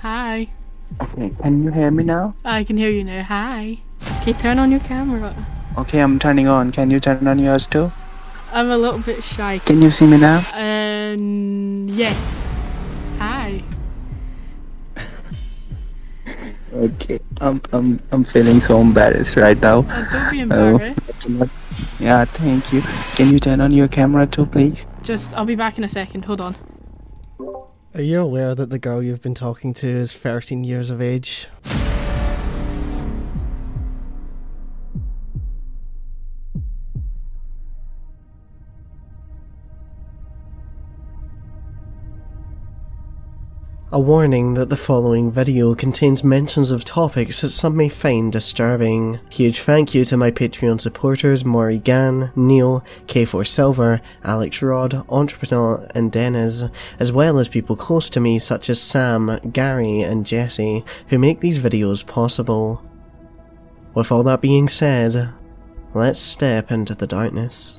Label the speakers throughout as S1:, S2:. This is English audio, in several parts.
S1: Hi.
S2: Okay, can you hear me now?
S1: I can hear you now. Hi. Okay, turn on your camera.
S2: Okay, I'm turning on. Can you turn on yours too?
S1: I'm a little bit shy.
S2: Can you see me now?
S1: Um, yes. Hi.
S2: Okay, I'm I'm I'm feeling so embarrassed right now.
S1: Uh, don't be
S2: Oh,
S1: embarrassed.
S2: I cannot- yeah, thank you. Can you turn on your camera too, please?
S1: Just, I'll be back in a second. Hold on.
S3: Are you aware that the girl you've been talking to is 13 years of age? A warning that the following video contains mentions of topics that some may find disturbing. Huge thank you to my Patreon supporters Maury Gann, Neil, K4 Silver, Alex Rod, Entrepreneur, and Dennis, as well as people close to me such as Sam, Gary, and Jesse, who make these videos possible. With all that being said, let's step into the darkness.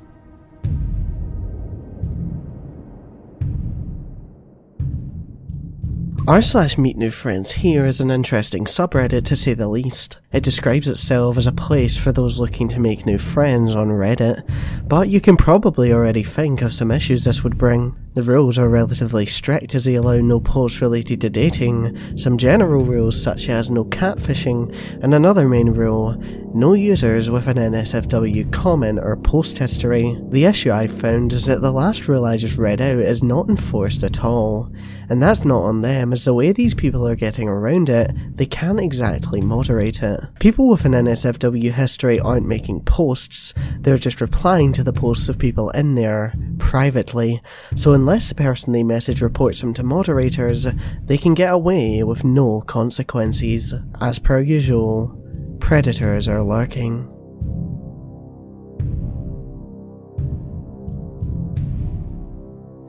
S3: R slash meet new friends here is an interesting subreddit to say the least. It describes itself as a place for those looking to make new friends on Reddit, but you can probably already think of some issues this would bring. The rules are relatively strict as they allow no posts related to dating, some general rules such as no catfishing, and another main rule no users with an NSFW comment or post history. The issue I've found is that the last rule I just read out is not enforced at all, and that's not on them, as the way these people are getting around it, they can't exactly moderate it. People with an NSFW history aren't making posts, they're just replying to the posts of people in there privately, so unless the person they message reports them to moderators, they can get away with no consequences. As per usual, predators are lurking.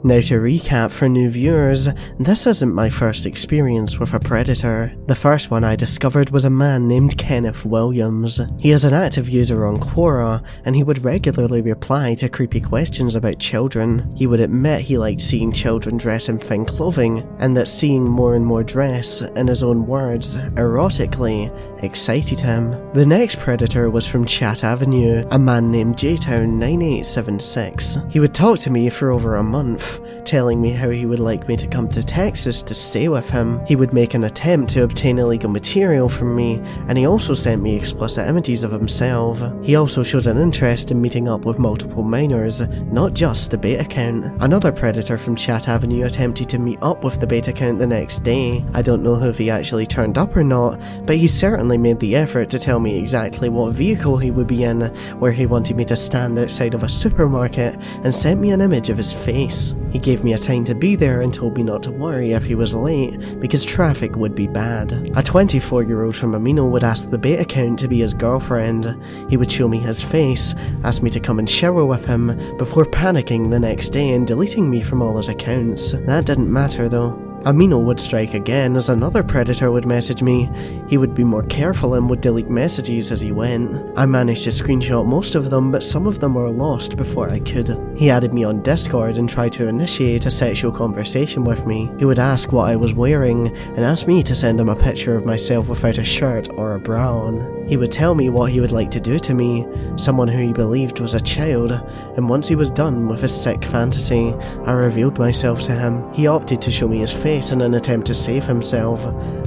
S3: Now, to recap for new viewers, this isn't my first experience with a predator. The first one I discovered was a man named Kenneth Williams. He is an active user on Quora, and he would regularly reply to creepy questions about children. He would admit he liked seeing children dress in thin clothing, and that seeing more and more dress, in his own words, erotically, excited him. The next predator was from Chat Avenue, a man named JTown9876. He would talk to me for over a month, telling me how he would like me to come to Texas to stay with him. He would make an attempt to obtain illegal material from me, and he also sent me explicit images of himself. He also showed an interest in meeting up with multiple minors, not just the bait account. Another predator from Chat Avenue attempted to meet up with the bait account the next day. I don't know if he actually turned up or not, but he certainly made the effort to tell me exactly what vehicle he would be in, where he wanted me to stand outside of a supermarket, and sent me an image of his face. He gave me a time to be there and told me not to worry if he was late, because traffic would be bad. A 24 year old from Amino would ask the bait account to be his girlfriend. He would show me his face, ask me to come and shower with him, before panicking the next day and deleting me from all his accounts. That didn't matter though. Amino would strike again as another predator would message me. He would be more careful and would delete messages as he went. I managed to screenshot most of them, but some of them were lost before I could. He added me on Discord and tried to initiate a sexual conversation with me. He would ask what I was wearing and ask me to send him a picture of myself without a shirt or a bra on. He would tell me what he would like to do to me, someone who he believed was a child, and once he was done with his sick fantasy, I revealed myself to him. He opted to show me his face in an attempt to save himself,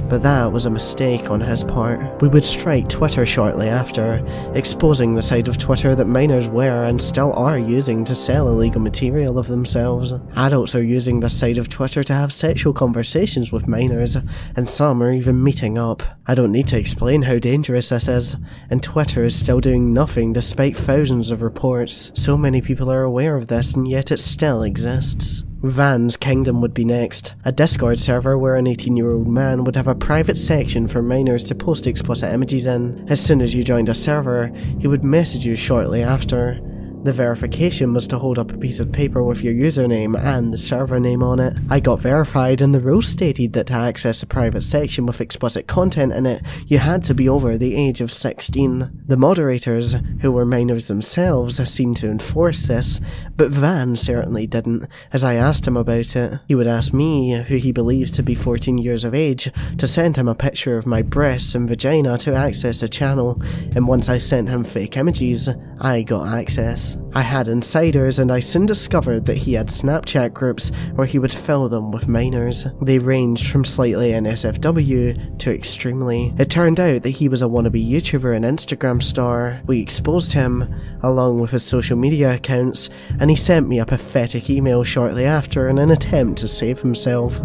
S3: but that was a mistake on his part. We would strike Twitter shortly after, exposing the side of Twitter that minors were and still are using to sell illegal material of themselves. Adults are using this side of Twitter to have sexual conversations with minors, and some are even meeting up. I don't need to explain how dangerous this is, and Twitter is still doing nothing despite thousands of reports. So many people are aware of this, and yet it still exists. Van's Kingdom would be next, a Discord server where an 18 year old man would have a private section for minors to post explicit images in. As soon as you joined a server, he would message you shortly after. The verification was to hold up a piece of paper with your username and the server name on it. I got verified, and the rules stated that to access a private section with explicit content in it, you had to be over the age of 16. The moderators, who were minors themselves, seemed to enforce this, but Van certainly didn't. As I asked him about it, he would ask me, who he believes to be 14 years of age, to send him a picture of my breasts and vagina to access a channel, and once I sent him fake images, I got access. I had insiders, and I soon discovered that he had Snapchat groups where he would fill them with minors. They ranged from slightly NSFW to extremely. It turned out that he was a wannabe YouTuber and Instagram star. We exposed him, along with his social media accounts, and he sent me a pathetic email shortly after in an attempt to save himself.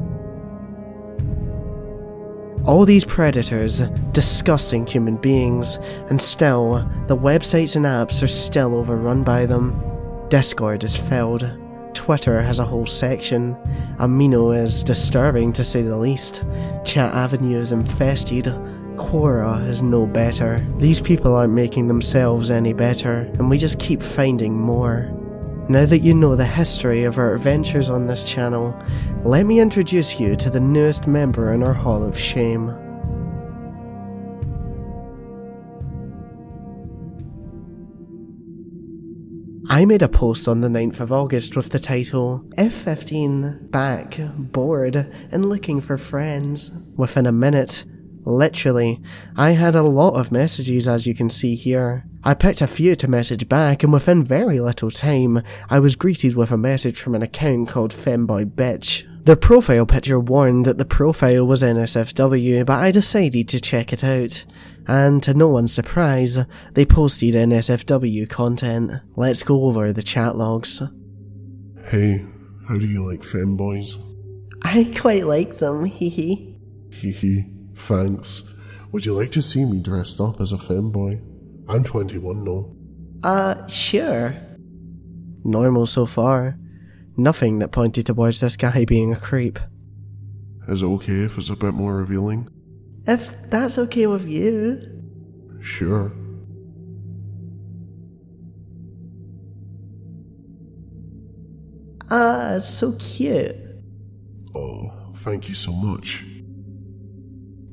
S3: All these predators, disgusting human beings, and still, the websites and apps are still overrun by them. Discord is filled. Twitter has a whole section. Amino is disturbing to say the least. Chat Avenue is infested. Quora is no better. These people aren't making themselves any better, and we just keep finding more. Now that you know the history of our adventures on this channel, let me introduce you to the newest member in our Hall of Shame. I made a post on the 9th of August with the title F15 Back, Bored, and Looking for Friends. Within a minute, literally, I had a lot of messages as you can see here. I picked a few to message back, and within very little time, I was greeted with a message from an account called Femboy Bitch. Their profile picture warned that the profile was NSFW, but I decided to check it out. And to no one's surprise, they posted NSFW content. Let's go over the chat logs.
S4: Hey, how do you like fanboys?
S3: I quite like them, hee hee.
S4: Hee hee, thanks. Would you like to see me dressed up as a fanboy? I'm 21 now.
S3: Uh, sure. Normal so far. Nothing that pointed towards this guy being a creep.
S4: Is it okay if it's a bit more revealing?
S3: If that's okay with you.
S4: Sure.
S3: Ah, so cute.
S4: Oh, thank you so much.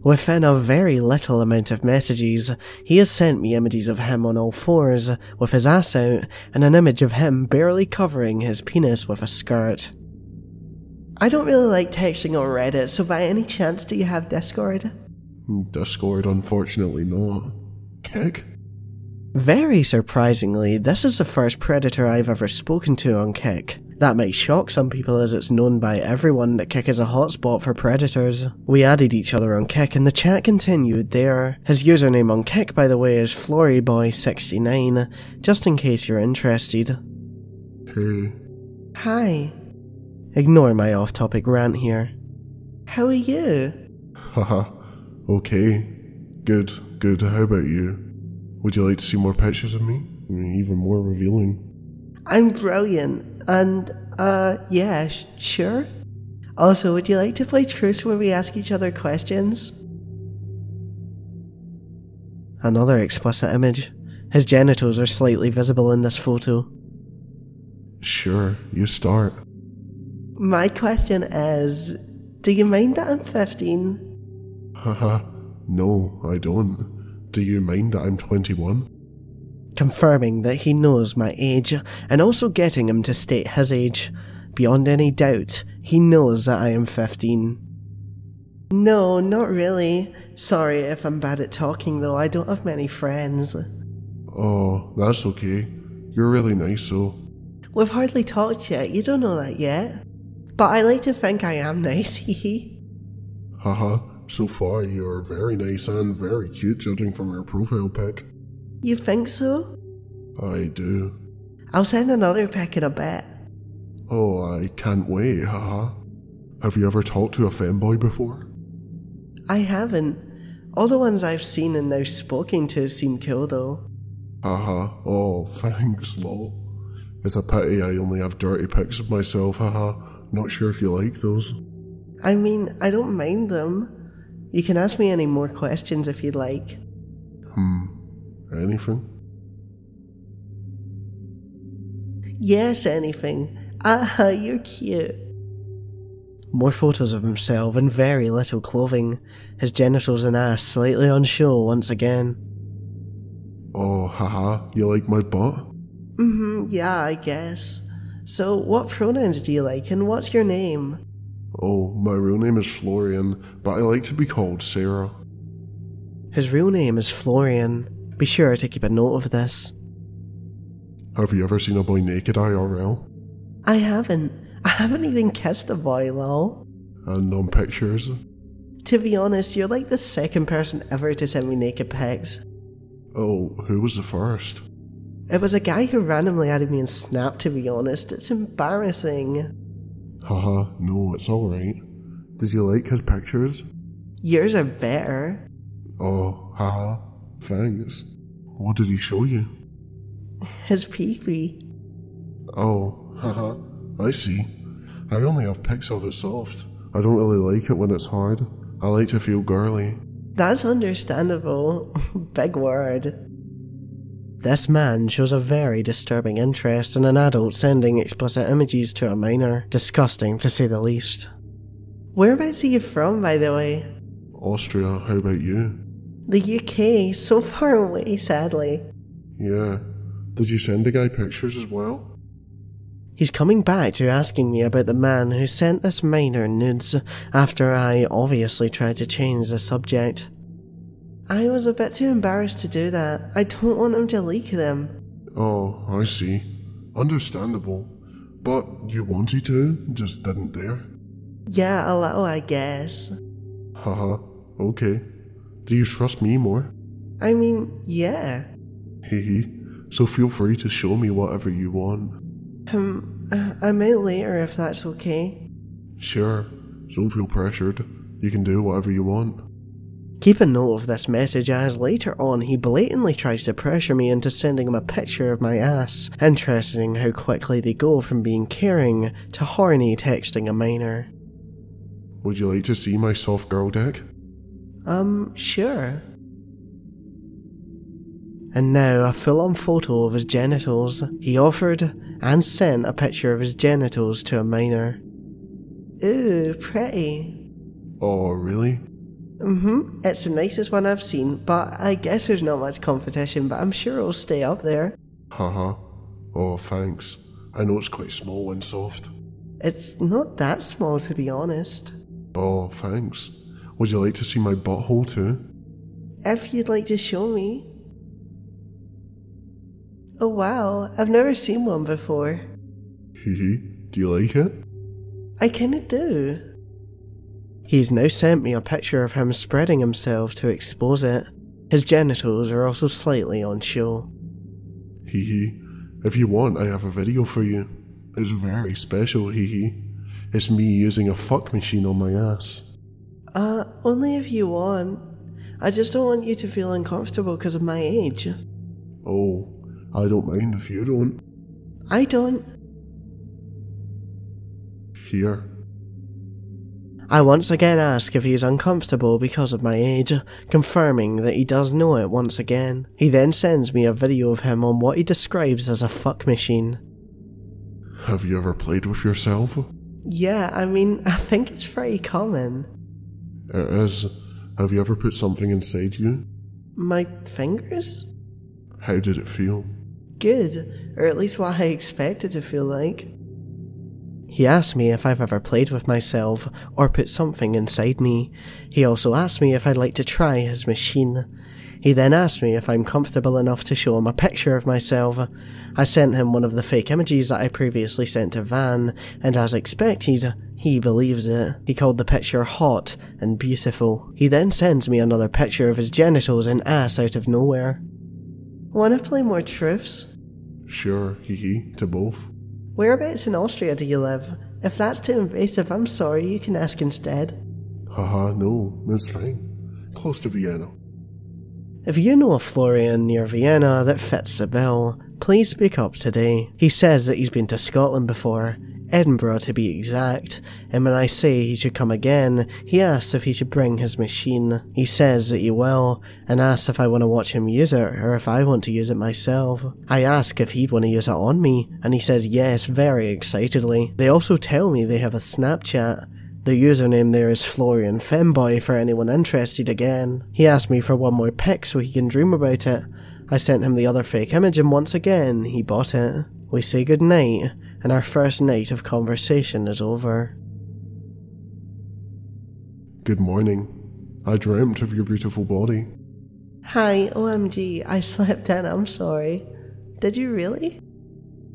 S3: Within a very little amount of messages, he has sent me images of him on all fours, with his ass out, and an image of him barely covering his penis with a skirt. I don't really like texting on Reddit, so by any chance do you have Discord?
S4: Discord, unfortunately, not. Kick?
S3: Very surprisingly, this is the first predator I've ever spoken to on Kick. That might shock some people as it's known by everyone that Kick is a hotspot for predators. We added each other on Kick and the chat continued there. His username on Kick, by the way, is Floryboy69, just in case you're interested.
S4: Hey,
S3: Hi. Ignore my off topic rant here. How are you?
S4: haha. okay. Good, good. How about you? Would you like to see more pictures of me? Even more revealing.
S3: I'm brilliant. And, uh, yeah, sh- sure. Also, would you like to play Truce where we ask each other questions? Another explicit image. His genitals are slightly visible in this photo.
S4: Sure, you start.
S3: My question is Do you mind that I'm 15?
S4: Haha. no, I don't. Do you mind that I'm 21?
S3: Confirming that he knows my age and also getting him to state his age. Beyond any doubt, he knows that I am 15. No, not really. Sorry if I'm bad at talking though, I don't have many friends.
S4: Oh, that's okay. You're really nice, though.
S3: We've hardly talked yet, you don't know that yet. But I like to think I am nice, hee hee.
S4: Haha, so far you are very nice and very cute judging from your profile pic.
S3: You think so?
S4: I do.
S3: I'll send another pic in a bit.
S4: Oh, I can't wait, haha. Have you ever talked to a fanboy before?
S3: I haven't. All the ones I've seen and now spoken to seem cool though.
S4: Haha, oh, thanks, lol. It's a pity I only have dirty pics of myself, haha. Not sure if you like those.
S3: I mean, I don't mind them. You can ask me any more questions if you'd like.
S4: Hmm, anything?
S3: Yes, anything. Ah, you're cute. More photos of himself in very little clothing, his genitals and ass slightly on show once again.
S4: Oh, haha, you like my butt?
S3: Mm-hmm, yeah, I guess. So, what pronouns do you like and what's your name?
S4: Oh, my real name is Florian, but I like to be called Sarah.
S3: His real name is Florian. Be sure to keep a note of this.
S4: Have you ever seen a boy naked IRL?
S3: I haven't. I haven't even kissed the boy, lol.
S4: And on pictures?
S3: To be honest, you're like the second person ever to send me naked pics.
S4: Oh, who was the first?
S3: It was a guy who randomly added me in Snap, to be honest. It's embarrassing.
S4: Haha, no, it's alright. Did you like his pictures?
S3: Yours are better.
S4: Oh, haha, thanks. What did he show you?
S3: His pee
S4: Oh, haha, I see. I only have pics of it soft. I don't really like it when it's hard. I like to feel girly.
S3: That's understandable. Big word. This man shows a very disturbing interest in an adult sending explicit images to a minor. Disgusting, to say the least. Whereabouts are you from, by the way?
S4: Austria, how about you?
S3: The UK, so far away, sadly.
S4: Yeah. Did you send the guy pictures as well?
S3: He's coming back to asking me about the man who sent this minor nudes after I obviously tried to change the subject. I was a bit too embarrassed to do that. I don't want him to leak them.
S4: Oh, I see. Understandable. But you wanted to, just didn't dare.
S3: Yeah, a little, I guess.
S4: Haha, okay. Do you trust me more?
S3: I mean, yeah.
S4: Hehe. so feel free to show me whatever you want.
S3: Um, uh, I might later if that's okay.
S4: Sure. Don't feel pressured. You can do whatever you want.
S3: Keep a note of this message as later on he blatantly tries to pressure me into sending him a picture of my ass. Interesting how quickly they go from being caring to horny texting a minor.
S4: Would you like to see my soft girl dick?
S3: Um, sure. And now a full on photo of his genitals. He offered and sent a picture of his genitals to a minor. Ooh, pretty.
S4: Oh, really?
S3: hmm. It's the nicest one I've seen, but I guess there's not much competition, but I'm sure it'll stay up there.
S4: Haha. Oh, thanks. I know it's quite small and soft.
S3: It's not that small, to be honest.
S4: Oh, thanks. Would you like to see my butthole too?
S3: If you'd like to show me. Oh wow, I've never seen one before.
S4: Hehe. Do you like it?
S3: I kinda do. He's now sent me a picture of him spreading himself to expose it. His genitals are also slightly on show.
S4: Hehe. If you want, I have a video for you. It's very special, hehe. It's me using a fuck machine on my ass.
S3: Uh, only if you want. I just don't want you to feel uncomfortable because of my age.
S4: Oh, I don't mind if you don't.
S3: I don't.
S4: Here.
S3: I once again ask if he is uncomfortable because of my age, confirming that he does know it once again. He then sends me a video of him on what he describes as a fuck machine.
S4: Have you ever played with yourself?
S3: Yeah, I mean, I think it's pretty common.
S4: It is. Have you ever put something inside you?
S3: My fingers?
S4: How did it feel?
S3: Good, or at least what I expected to feel like. He asked me if I've ever played with myself or put something inside me. He also asked me if I'd like to try his machine. He then asked me if I'm comfortable enough to show him a picture of myself. I sent him one of the fake images that I previously sent to Van, and as expected, he believes it. He called the picture hot and beautiful. He then sends me another picture of his genitals and ass out of nowhere. Wanna play more truths?
S4: Sure, hehe, to both.
S3: Whereabouts in Austria do you live? If that's too invasive, I'm sorry, you can ask instead.
S4: Haha, no, that's fine. Close to Vienna.
S3: If you know a Florian near Vienna that fits the bill, please speak up today. He says that he's been to Scotland before. Edinburgh to be exact, and when I say he should come again, he asks if he should bring his machine. He says that he will, and asks if I want to watch him use it or if I want to use it myself. I ask if he'd want to use it on me, and he says yes very excitedly. They also tell me they have a Snapchat. The username there is Florian Femboy for anyone interested again. He asked me for one more pic so he can dream about it. I sent him the other fake image and once again he bought it. We say goodnight, and our first night of conversation is over.
S4: Good morning. I dreamt of your beautiful body.
S3: Hi, OMG, I slept in, I'm sorry. Did you really?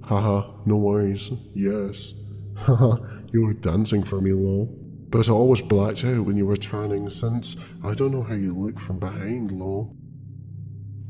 S4: Haha, no worries. Yes. Haha, you were dancing for me, lol. But I always blacked out when you were turning since I don't know how you look from behind, lol.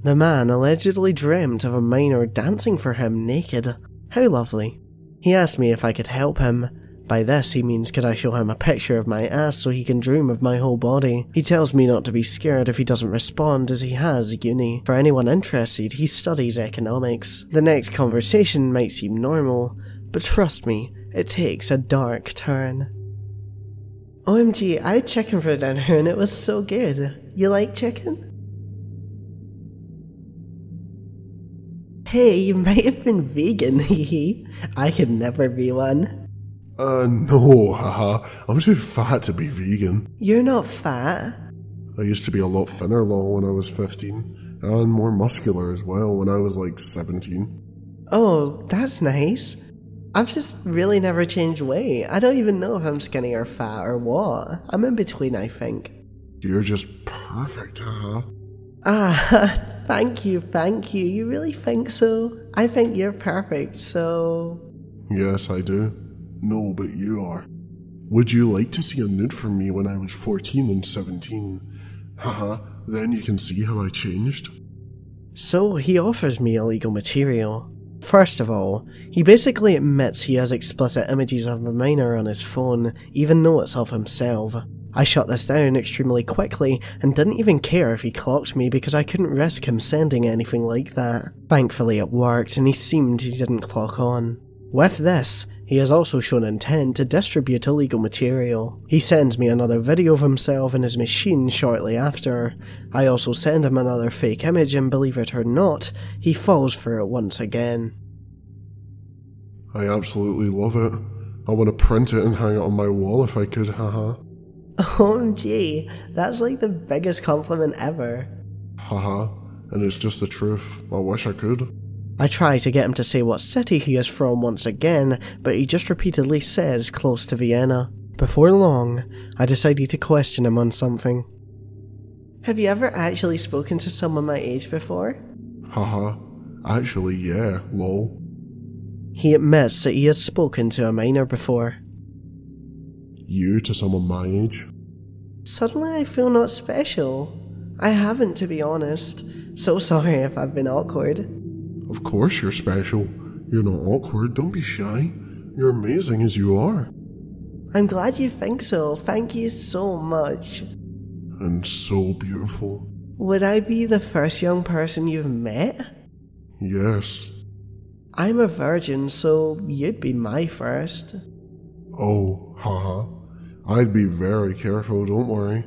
S3: The man allegedly dreamt of a miner dancing for him naked. How lovely. He asked me if I could help him. By this, he means could I show him a picture of my ass so he can dream of my whole body. He tells me not to be scared if he doesn't respond, as he has uni. For anyone interested, he studies economics. The next conversation might seem normal, but trust me, it takes a dark turn. OMG, I had chicken for dinner and it was so good. You like chicken? Hey, you might have been vegan, hee hee. I could never be one.
S4: Uh, no, haha. I'm too fat to be vegan.
S3: You're not fat.
S4: I used to be a lot thinner, lol, when I was 15, and more muscular as well when I was like 17.
S3: Oh, that's nice. I've just really never changed weight. I don't even know if I'm skinny or fat or what. I'm in between, I think.
S4: You're just perfect, haha.
S3: Ah, thank you, thank you. You really think so? I think you're perfect, so.
S4: Yes, I do. No, but you are. Would you like to see a nude from me when I was 14 and 17? Haha, then you can see how I changed.
S3: So he offers me illegal material. First of all, he basically admits he has explicit images of a minor on his phone, even though it's of himself. I shut this down extremely quickly and didn't even care if he clocked me because I couldn't risk him sending anything like that. Thankfully, it worked and he seemed he didn't clock on. With this, he has also shown intent to distribute illegal material. He sends me another video of himself and his machine shortly after. I also send him another fake image, and believe it or not, he falls for it once again.
S4: I absolutely love it. I want to print it and hang it on my wall if I could, haha.
S3: OMG, Oh that's like the biggest compliment ever.
S4: Haha. And it's just the truth. I wish I could.
S3: I try to get him to say what city he is from once again, but he just repeatedly says close to Vienna. Before long, I decided to question him on something. Have you ever actually spoken to someone my age before?
S4: Haha. Actually, yeah, lol.
S3: He admits that he has spoken to a minor before.
S4: You to someone my age?
S3: Suddenly I feel not special. I haven't, to be honest. So sorry if I've been awkward.
S4: Of course you're special. You're not awkward, don't be shy. You're amazing as you are.
S3: I'm glad you think so. Thank you so much.
S4: And so beautiful.
S3: Would I be the first young person you've met?
S4: Yes.
S3: I'm a virgin, so you'd be my first.
S4: Oh, haha. I'd be very careful, don't worry.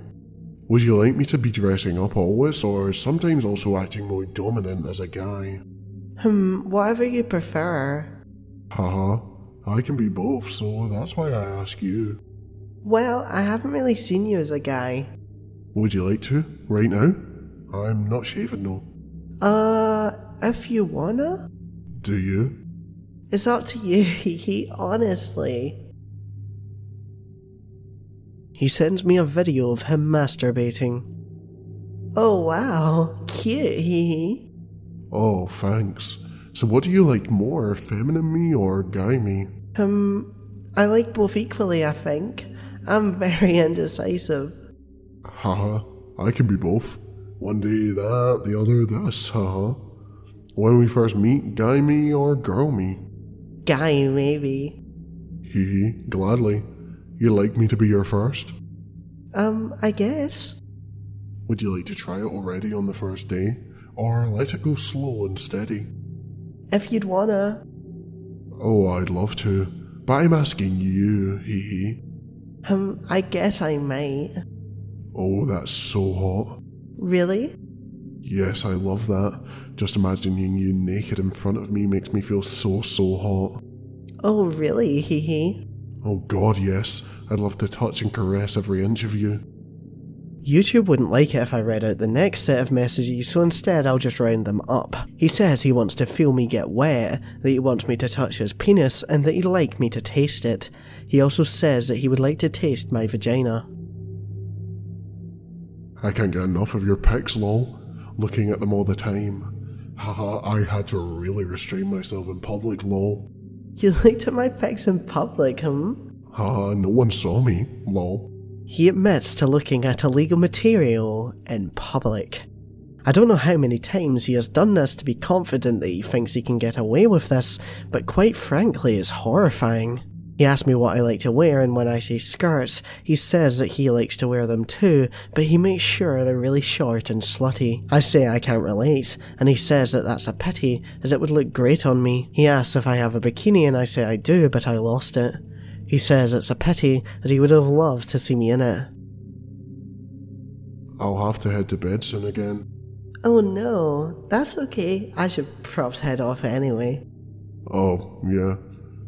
S4: Would you like me to be dressing up always, or sometimes also acting more dominant as a guy?
S3: Hmm, whatever you prefer.
S4: Haha. I can be both, so that's why I ask you.
S3: Well, I haven't really seen you as a guy.
S4: Would you like to? Right now? I'm not shaving, no.
S3: Uh, if you wanna?
S4: Do you?
S3: It's up to you, Hiki, honestly. He sends me a video of him masturbating. Oh wow, cute, hee
S4: Oh, thanks. So, what do you like more, feminine me or guy me?
S3: hee. Um, I like both equally, I think. I'm very indecisive.
S4: Haha, I can be both. One day that, the other this, haha. When we first meet, guy me or girl me?
S3: Guy, maybe.
S4: Hee hee, gladly. You like me to be your first?
S3: Um, I guess.
S4: Would you like to try it already on the first day? Or let it go slow and steady?
S3: If you'd wanna.
S4: Oh, I'd love to. but I'm asking you, hee hee.
S3: Um, I guess I might.
S4: Oh, that's so hot.
S3: Really?
S4: Yes, I love that. Just imagining you naked in front of me makes me feel so, so hot.
S3: Oh, really? Hee hee.
S4: Oh god, yes. I'd love to touch and caress every inch of you.
S3: YouTube wouldn't like it if I read out the next set of messages, so instead I'll just round them up. He says he wants to feel me get wet, that he wants me to touch his penis, and that he'd like me to taste it. He also says that he would like to taste my vagina.
S4: I can't get enough of your pics, lol. Looking at them all the time. Haha, I had to really restrain myself in public, lol.
S3: You looked at my pecs in public, hmm?
S4: Haha, no one saw me, lol.
S3: He admits to looking at illegal material in public. I don't know how many times he has done this to be confident that he thinks he can get away with this, but quite frankly, it's horrifying. He asks me what I like to wear, and when I say skirts, he says that he likes to wear them too, but he makes sure they're really short and slutty. I say I can't relate, and he says that that's a pity, as it would look great on me. He asks if I have a bikini, and I say I do, but I lost it. He says it's a pity that he would have loved to see me in it.
S4: I'll have to head to bed soon again.
S3: Oh no, that's okay. I should perhaps head off anyway.
S4: Oh, yeah.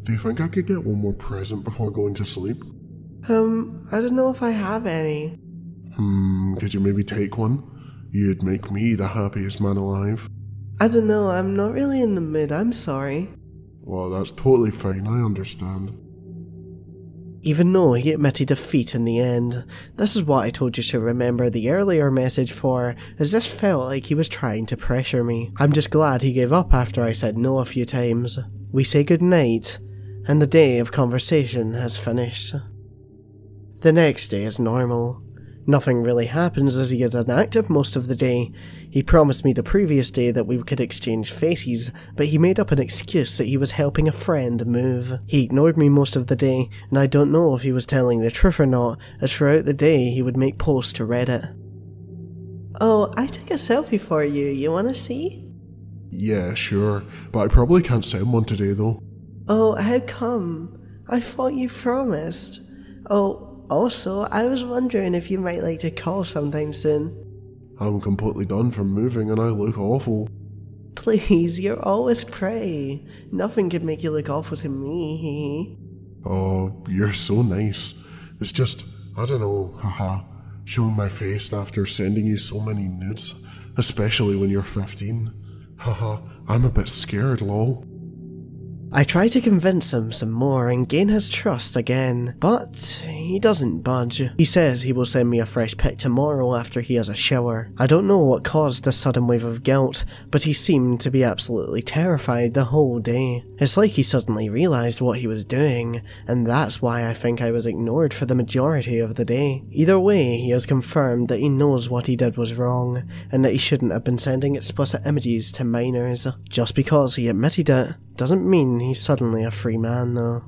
S4: Do you think I could get one more present before going to sleep?
S3: Um, I don't know if I have any.
S4: Hmm, could you maybe take one? You'd make me the happiest man alive.
S3: I don't know, I'm not really in the mood, I'm sorry.
S4: Well, that's totally fine, I understand.
S3: Even though he admitted defeat in the end, this is what I told you to remember the earlier message for, as this felt like he was trying to pressure me. I'm just glad he gave up after I said no a few times. We say goodnight, and the day of conversation has finished. The next day is normal. Nothing really happens as he is inactive most of the day. He promised me the previous day that we could exchange faces, but he made up an excuse that he was helping a friend move. He ignored me most of the day, and I don't know if he was telling the truth or not, as throughout the day he would make posts to Reddit. Oh, I took a selfie for you. You want to see?
S4: Yeah, sure, but I probably can't send one today though.
S3: Oh, how come? I thought you promised. Oh, also, I was wondering if you might like to call sometime soon.
S4: I'm completely done from moving and I look awful.
S3: Please, you're always prey. Nothing could make you look awful to me.
S4: Oh, you're so nice. It's just, I don't know, haha, showing my face after sending you so many nudes, especially when you're 15. Haha, I'm a bit scared, lol.
S3: I try to convince him some more and gain his trust again, but he doesn't budge. He says he will send me a fresh pic tomorrow after he has a shower. I don't know what caused this sudden wave of guilt, but he seemed to be absolutely terrified the whole day. It's like he suddenly realised what he was doing, and that's why I think I was ignored for the majority of the day. Either way, he has confirmed that he knows what he did was wrong, and that he shouldn't have been sending explicit images to minors. Just because he admitted it, doesn't mean he's suddenly a free man, though.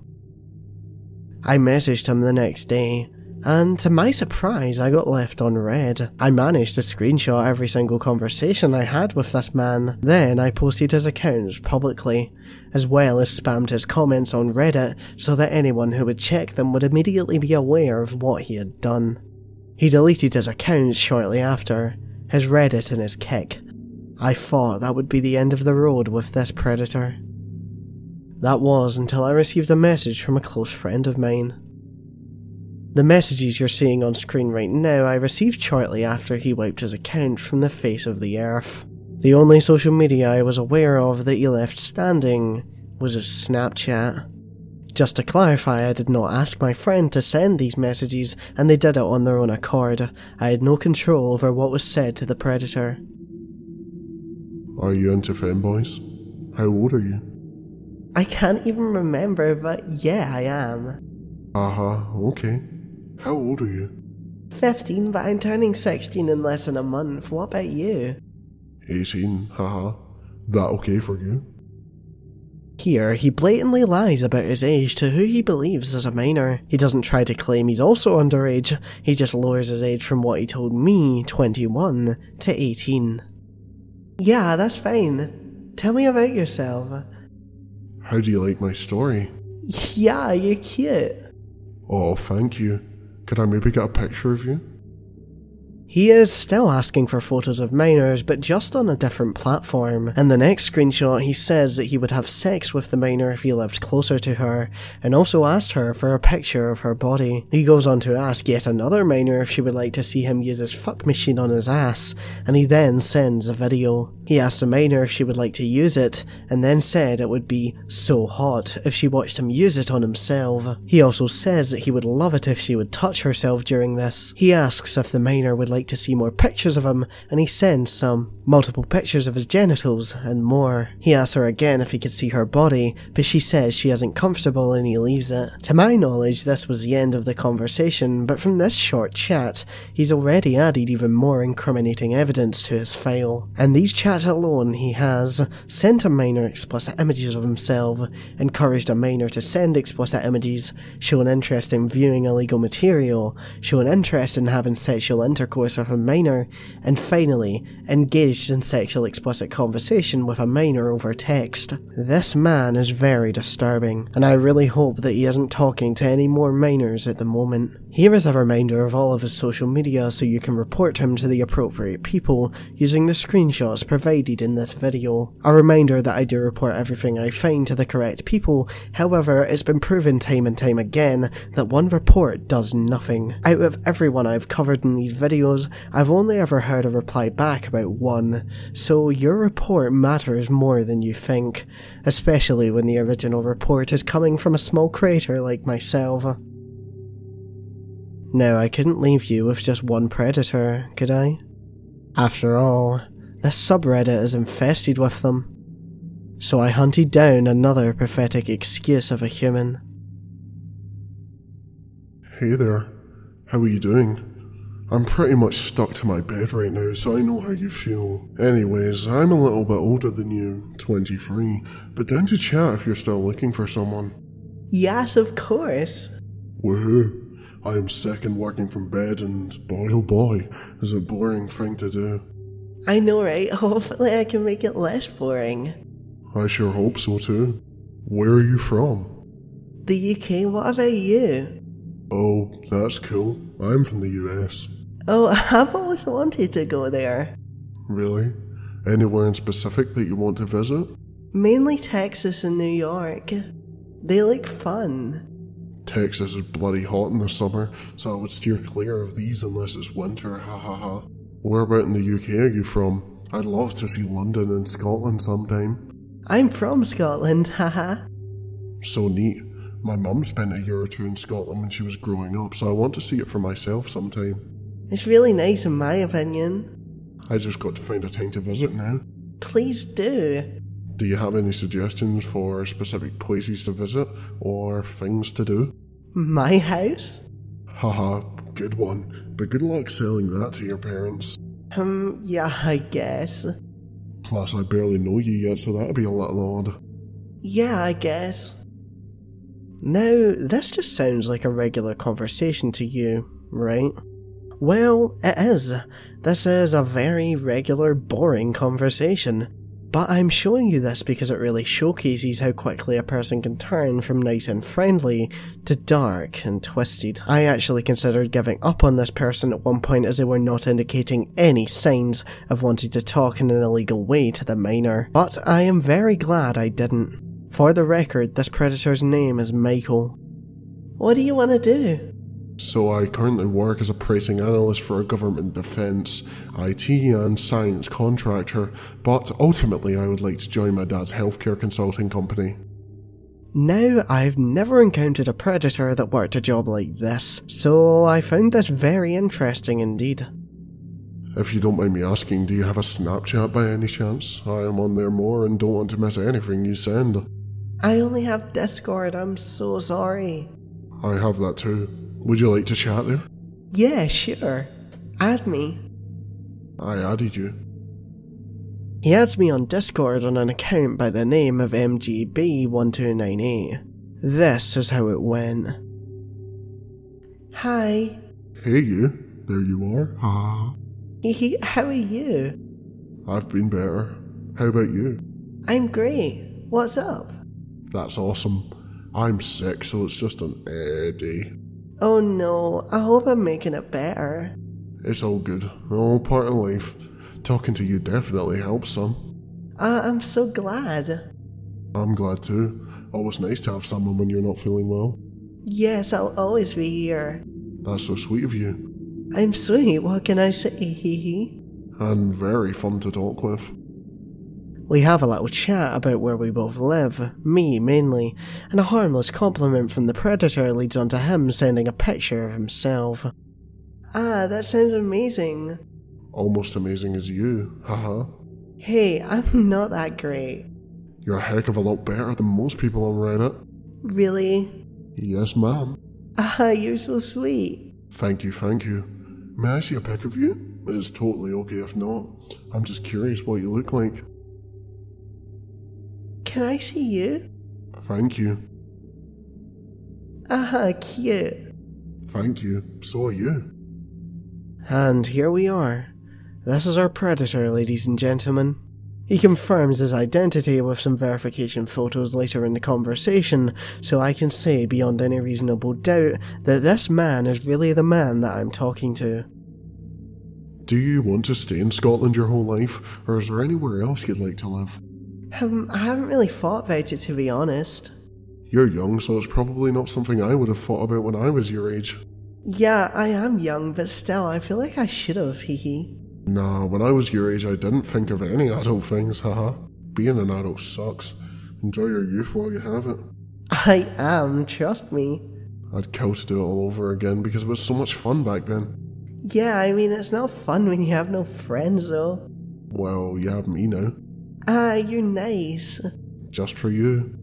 S3: I messaged him the next day, and to my surprise, I got left on red. I managed to screenshot every single conversation I had with this man. Then I posted his accounts publicly, as well as spammed his comments on Reddit so that anyone who would check them would immediately be aware of what he had done. He deleted his accounts shortly after, his Reddit and his kick. I thought that would be the end of the road with this predator. That was until I received a message from a close friend of mine. The messages you're seeing on screen right now I received shortly after he wiped his account from the face of the earth. The only social media I was aware of that he left standing was his Snapchat. Just to clarify, I did not ask my friend to send these messages, and they did it on their own accord. I had no control over what was said to the predator.
S4: Are you into fanboys? How old are you?
S3: I can't even remember, but yeah, I am.
S4: Haha, okay. How old are you?
S3: 15, but I'm turning 16 in less than a month. What about you?
S4: 18, haha. That okay for you?
S3: Here, he blatantly lies about his age to who he believes is a minor. He doesn't try to claim he's also underage, he just lowers his age from what he told me, 21, to 18. Yeah, that's fine. Tell me about yourself.
S4: How do you like my story?
S3: Yeah, you're cute.
S4: Oh, thank you. Could I maybe get a picture of you?
S3: He is still asking for photos of minors, but just on a different platform. In the next screenshot, he says that he would have sex with the minor if he lived closer to her, and also asked her for a picture of her body. He goes on to ask yet another minor if she would like to see him use his fuck machine on his ass, and he then sends a video. He asks the minor if she would like to use it, and then said it would be so hot if she watched him use it on himself. He also says that he would love it if she would touch herself during this. He asks if the minor would like to see more pictures of him, and he sends some multiple pictures of his genitals and more. He asks her again if he could see her body, but she says she isn't comfortable and he leaves it. To my knowledge, this was the end of the conversation, but from this short chat, he's already added even more incriminating evidence to his file. And these chats alone, he has sent a minor explicit images of himself, encouraged a minor to send explicit images, shown interest in viewing illegal material, shown interest in having sexual intercourse with a minor, and finally, engaged in sexual explicit conversation with a minor over text. This man is very disturbing, and I really hope that he isn't talking to any more minors at the moment. Here is a reminder of all of his social media so you can report him to the appropriate people using the screenshots provided in this video. A reminder that I do report everything I find to the correct people, however, it's been proven time and time again that one report does nothing. Out of everyone I've covered in these videos, I've only ever heard a reply back about one, so your report matters more than you think, especially when the original report is coming from a small creator like myself. No, I couldn't leave you with just one predator, could I? After all, this subreddit is infested with them. So I hunted down another prophetic excuse of a human.
S4: Hey there. How are you doing? I'm pretty much stuck to my bed right now, so I know how you feel. Anyways, I'm a little bit older than you, 23, but down to chat if you're still looking for someone.
S3: Yes, of course.
S4: Woohoo. I am sick and working from bed, and boy oh boy, is a boring thing to do.
S3: I know, right? Hopefully, I can make it less boring.
S4: I sure hope so too. Where are you from?
S3: The UK, what about you?
S4: Oh, that's cool. I'm from the US.
S3: Oh, I've always wanted to go there.
S4: Really? Anywhere in specific that you want to visit?
S3: Mainly Texas and New York. They look fun.
S4: Texas is bloody hot in the summer, so I would steer clear of these unless it's winter. Ha ha ha. Where about in the UK are you from? I'd love to see London and Scotland sometime.
S3: I'm from Scotland, haha.
S4: So neat. My mum spent a year or two in Scotland when she was growing up, so I want to see it for myself sometime.
S3: It's really nice in my opinion.
S4: I just got to find a time to visit now.
S3: Please do.
S4: Do you have any suggestions for specific places to visit or things to do?
S3: My house?
S4: Haha, good one. But good luck selling that to your parents.
S3: Um, yeah, I guess.
S4: Plus, I barely know you yet, so that'd be a little odd.
S3: Yeah, I guess. No, this just sounds like a regular conversation to you, right? Well, it is. This is a very regular, boring conversation. But I'm showing you this because it really showcases how quickly a person can turn from nice and friendly to dark and twisted. I actually considered giving up on this person at one point as they were not indicating any signs of wanting to talk in an illegal way to the minor. But I am very glad I didn't. For the record, this predator's name is Michael. What do you want to do?
S4: So I currently work as a pricing analyst for a government defence, IT and science contractor, but ultimately I would like to join my dad's healthcare consulting company.
S3: Now, I've never encountered a predator that worked a job like this, so I found this very interesting indeed.
S4: If you don't mind me asking, do you have a Snapchat by any chance? I am on there more and don't want to miss anything you send.
S3: I only have Discord, I'm so sorry.
S4: I have that too. Would you like to chat there?
S3: Yeah, sure. Add me.
S4: I added you.
S3: He adds me on Discord on an account by the name of MGB1298. This is how it went. Hi.
S4: Hey you, there you are. Ah,
S3: Hehe, how are you?
S4: I've been better. How about you?
S3: I'm great. What's up?
S4: That's awesome. I'm sick, so it's just an eh day.
S3: Oh no, I hope I'm making it better.
S4: It's all good. All part of life. Talking to you definitely helps some.
S3: Uh, I'm so glad.
S4: I'm glad too. Always nice to have someone when you're not feeling well.
S3: Yes, I'll always be here.
S4: That's so sweet of you.
S3: I'm sweet, what can I say? Hee hee.
S4: And very fun to talk with.
S3: We have a little chat about where we both live, me mainly, and a harmless compliment from the predator leads on to him sending a picture of himself. Ah, that sounds amazing.
S4: Almost amazing as you. Haha.
S3: Hey, I'm not that great.
S4: You're a heck of a lot better than most people on Reddit.
S3: Really?
S4: Yes, ma'am.
S3: Ah, you're so sweet.
S4: Thank you, thank you. May I see a pic of you? It's totally okay if not. I'm just curious what you look like.
S3: Can I see you?
S4: Thank you.
S3: Ah, cute.
S4: Thank you. So are you.
S3: And here we are. This is our predator, ladies and gentlemen. He confirms his identity with some verification photos later in the conversation, so I can say beyond any reasonable doubt that this man is really the man that I'm talking to.
S4: Do you want to stay in Scotland your whole life, or is there anywhere else you'd like to live?
S3: Um, I haven't really thought about it, to be honest.
S4: You're young, so it's probably not something I would have thought about when I was your age.
S3: Yeah, I am young, but still, I feel like I should have, hee hee.
S4: Nah, when I was your age, I didn't think of any adult things, haha. Being an adult sucks. Enjoy your youth while you have it.
S3: I am, trust me.
S4: I'd kill to do it all over again because it was so much fun back then.
S3: Yeah, I mean, it's not fun when you have no friends, though.
S4: Well, you have me now.
S3: Ah, you're nice.
S4: Just for you.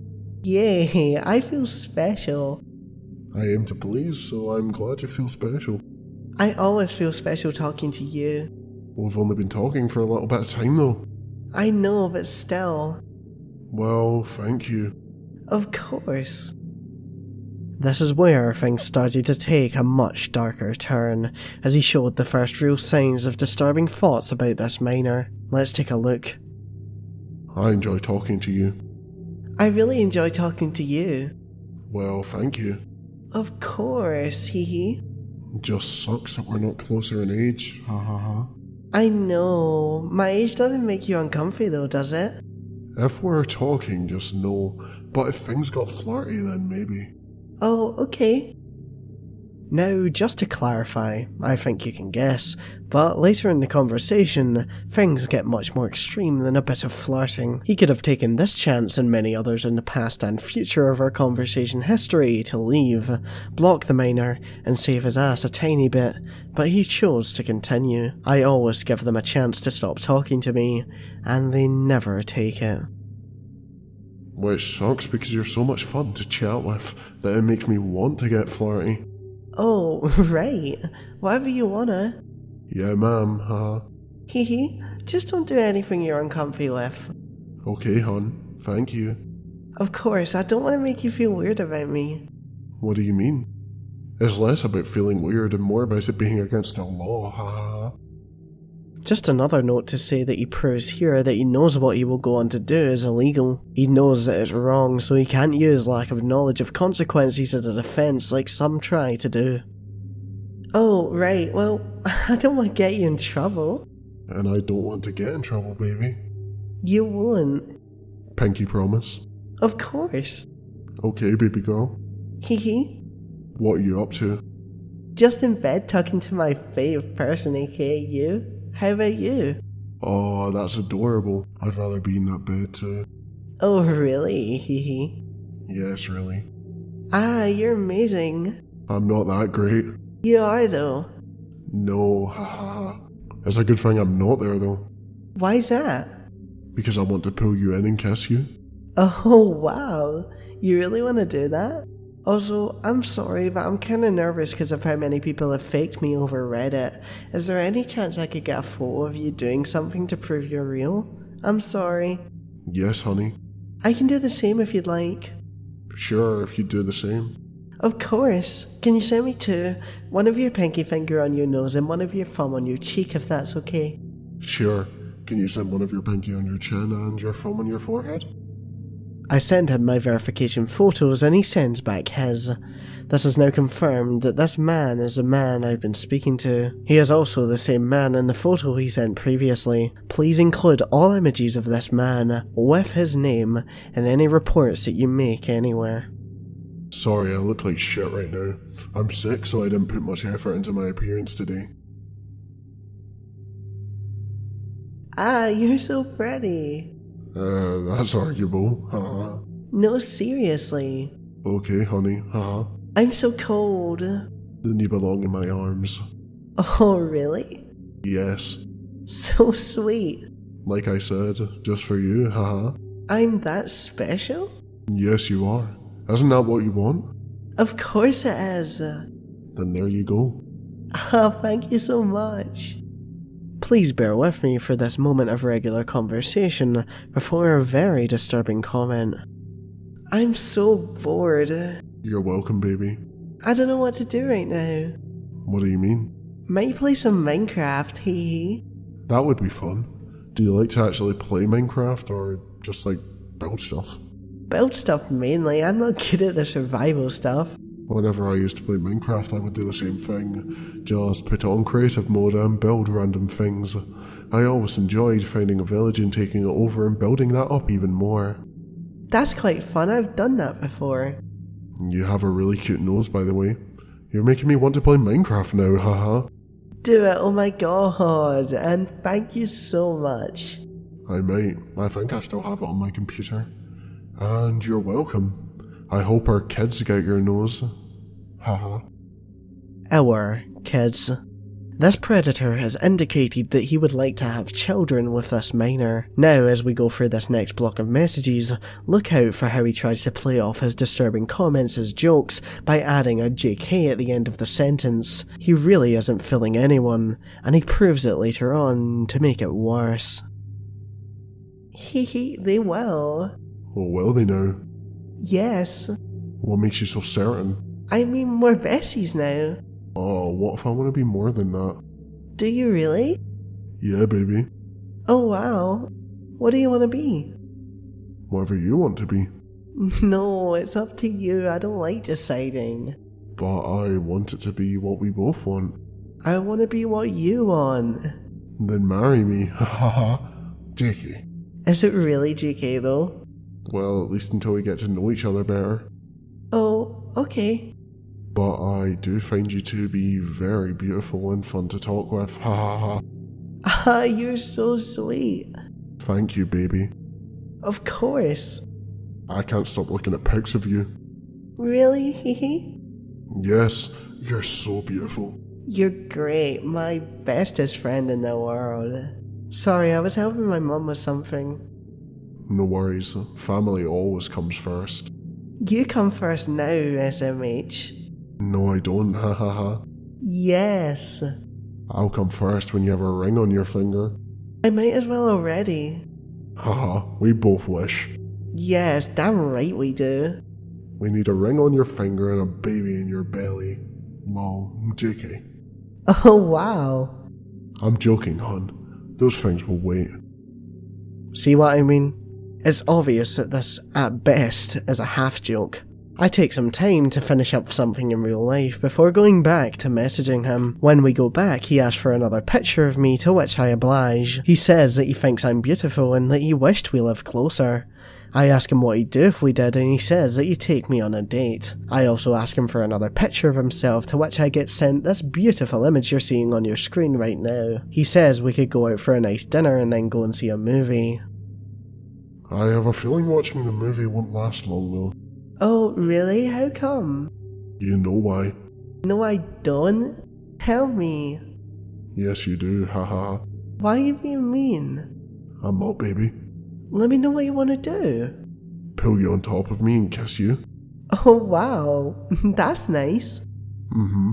S3: Yay, I feel special.
S4: I aim to please, so I'm glad you feel special.
S3: I always feel special talking to you.
S4: We've only been talking for a little bit of time though.
S3: I know, but still.
S4: Well, thank you.
S3: Of course. This is where things started to take a much darker turn, as he showed the first real signs of disturbing thoughts about this miner. Let's take a look.
S4: I enjoy talking to you.
S3: I really enjoy talking to you.
S4: Well, thank you.
S3: Of course, hee hee.
S4: Just sucks that we're not closer in age. Ha ha ha.
S3: I know. My age doesn't make you uncomfy though, does it?
S4: If we're talking, just no. But if things got flirty, then maybe.
S3: Oh, okay. Now, just to clarify, I think you can guess, but later in the conversation, things get much more extreme than a bit of flirting. He could have taken this chance and many others in the past and future of our conversation history to leave, block the miner, and save his ass a tiny bit, but he chose to continue. I always give them a chance to stop talking to me, and they never take it.
S4: Which sucks because you're so much fun to chat with that it makes me want to get flirty.
S3: Oh, right. Whatever you wanna.
S4: Yeah, ma'am, uh-huh. ha.
S3: Hee hee. Just don't do anything you're uncomfy with.
S4: Okay, hon. Thank you.
S3: Of course, I don't want to make you feel weird about me.
S4: What do you mean? It's less about feeling weird and more about it being against the law, ha ha. ha.
S3: Just another note to say that he proves here that he knows what he will go on to do is illegal. He knows that it's wrong, so he can't use lack of knowledge of consequences as a defence like some try to do. Oh, right, well, I don't want to get you in trouble.
S4: And I don't want to get in trouble, baby.
S3: You won't.
S4: Pinky promise.
S3: Of course.
S4: Okay, baby girl.
S3: Hee hee.
S4: What are you up to?
S3: Just in bed talking to my fave person, aka you. How about you?
S4: Oh, that's adorable. I'd rather be in that bed too.
S3: Oh, really? Hee hee.
S4: Yes, really.
S3: Ah, you're amazing.
S4: I'm not that great.
S3: You are, though.
S4: No, ha ha ha. It's a good thing I'm not there though,
S3: Why's that?
S4: because I want to pull you in and kiss you.
S3: Oh, wow. You really want to do that? Also, I'm sorry, but I'm kind of nervous because of how many people have faked me over Reddit. Is there any chance I could get a photo of you doing something to prove you're real? I'm sorry.
S4: Yes, honey.
S3: I can do the same if you'd like.
S4: Sure, if you do the same.
S3: Of course. Can you send me two? One of your pinky finger on your nose and one of your thumb on your cheek, if that's okay.
S4: Sure. Can you send one of your pinky on your chin and your thumb on your forehead?
S3: I send him my verification photos and he sends back his. This has now confirmed that this man is the man I've been speaking to. He is also the same man in the photo he sent previously. Please include all images of this man with his name in any reports that you make anywhere.
S4: Sorry, I look like shit right now. I'm sick, so I didn't put much effort into my appearance today.
S3: Ah, you're so pretty.
S4: Uh, that's arguable. Haha.
S3: No, seriously.
S4: Okay, honey. Haha.
S3: I'm so cold.
S4: Then you belong in my arms.
S3: Oh, really?
S4: Yes.
S3: So sweet.
S4: Like I said, just for you. Haha.
S3: I'm that special?
S4: Yes, you are. Isn't that what you want?
S3: Of course it is.
S4: Then there you go.
S3: Oh, thank you so much. Please bear with me for this moment of regular conversation before a very disturbing comment. I'm so bored.
S4: You're welcome, baby.
S3: I don't know what to do right now.
S4: What do you mean?
S3: Might play some Minecraft, hee hee.
S4: That would be fun. Do you like to actually play Minecraft or just like build stuff?
S3: Build stuff mainly, I'm not good at the survival stuff.
S4: Whenever I used to play Minecraft, I would do the same thing. Just put it on creative mode and build random things. I always enjoyed finding a village and taking it over and building that up even more.
S3: That's quite fun, I've done that before.
S4: You have a really cute nose, by the way. You're making me want to play Minecraft now, haha.
S3: Do it, oh my god, and thank you so much.
S4: I might. I think I still have it on my computer. And you're welcome. I hope our kids get your nose. Haha.
S3: Our kids. This predator has indicated that he would like to have children with this minor. Now, as we go through this next block of messages, look out for how he tries to play off his disturbing comments as jokes by adding a JK at the end of the sentence. He really isn't fooling anyone, and he proves it later on to make it worse. Hee hee, they will.
S4: Oh, well, they know.
S3: Yes.
S4: What makes you so certain?
S3: I mean, we're besties now.
S4: Oh, what if I want to be more than that?
S3: Do you really?
S4: Yeah, baby.
S3: Oh wow. What do you want to be?
S4: Whatever you want to be.
S3: No, it's up to you. I don't like deciding.
S4: But I want it to be what we both want.
S3: I want to be what you want.
S4: Then marry me. Ha ha ha. Jakey.
S3: Is it really GK though?
S4: Well, at least until we get to know each other better.
S3: Oh, okay.
S4: But I do find you to be very beautiful and fun to talk with. Ha ha ha.
S3: Ah, you're so sweet.
S4: Thank you, baby.
S3: Of course.
S4: I can't stop looking at pics of you.
S3: Really? Hee hee.
S4: Yes, you're so beautiful.
S3: You're great. My bestest friend in the world. Sorry, I was helping my mum with something.
S4: No worries, family always comes first.
S3: You come first now, SMH.
S4: No, I don't. Ha ha ha.
S3: Yes.
S4: I'll come first when you have a ring on your finger.
S3: I might as well already.
S4: Ha ha. We both wish.
S3: Yes, damn right we do.
S4: We need a ring on your finger and a baby in your belly. Lol, JK.
S3: Oh, wow.
S4: I'm joking, hun. Those things will wait.
S3: See what I mean? It's obvious that this, at best, is a half joke. I take some time to finish up something in real life before going back to messaging him. When we go back, he asks for another picture of me, to which I oblige. He says that he thinks I'm beautiful and that he wished we lived closer. I ask him what he'd do if we did, and he says that he'd take me on a date. I also ask him for another picture of himself, to which I get sent this beautiful image you're seeing on your screen right now. He says we could go out for a nice dinner and then go and see a movie.
S4: I have a feeling watching the movie won't last long though.
S3: Oh, really? How come?
S4: You know why.
S3: No, I don't. Tell me.
S4: Yes, you do. Ha ha. ha.
S3: Why are you being mean?
S4: I'm not, baby.
S3: Let me know what you want to do.
S4: Pull you on top of me and kiss you.
S3: Oh, wow. That's nice.
S4: Mm hmm.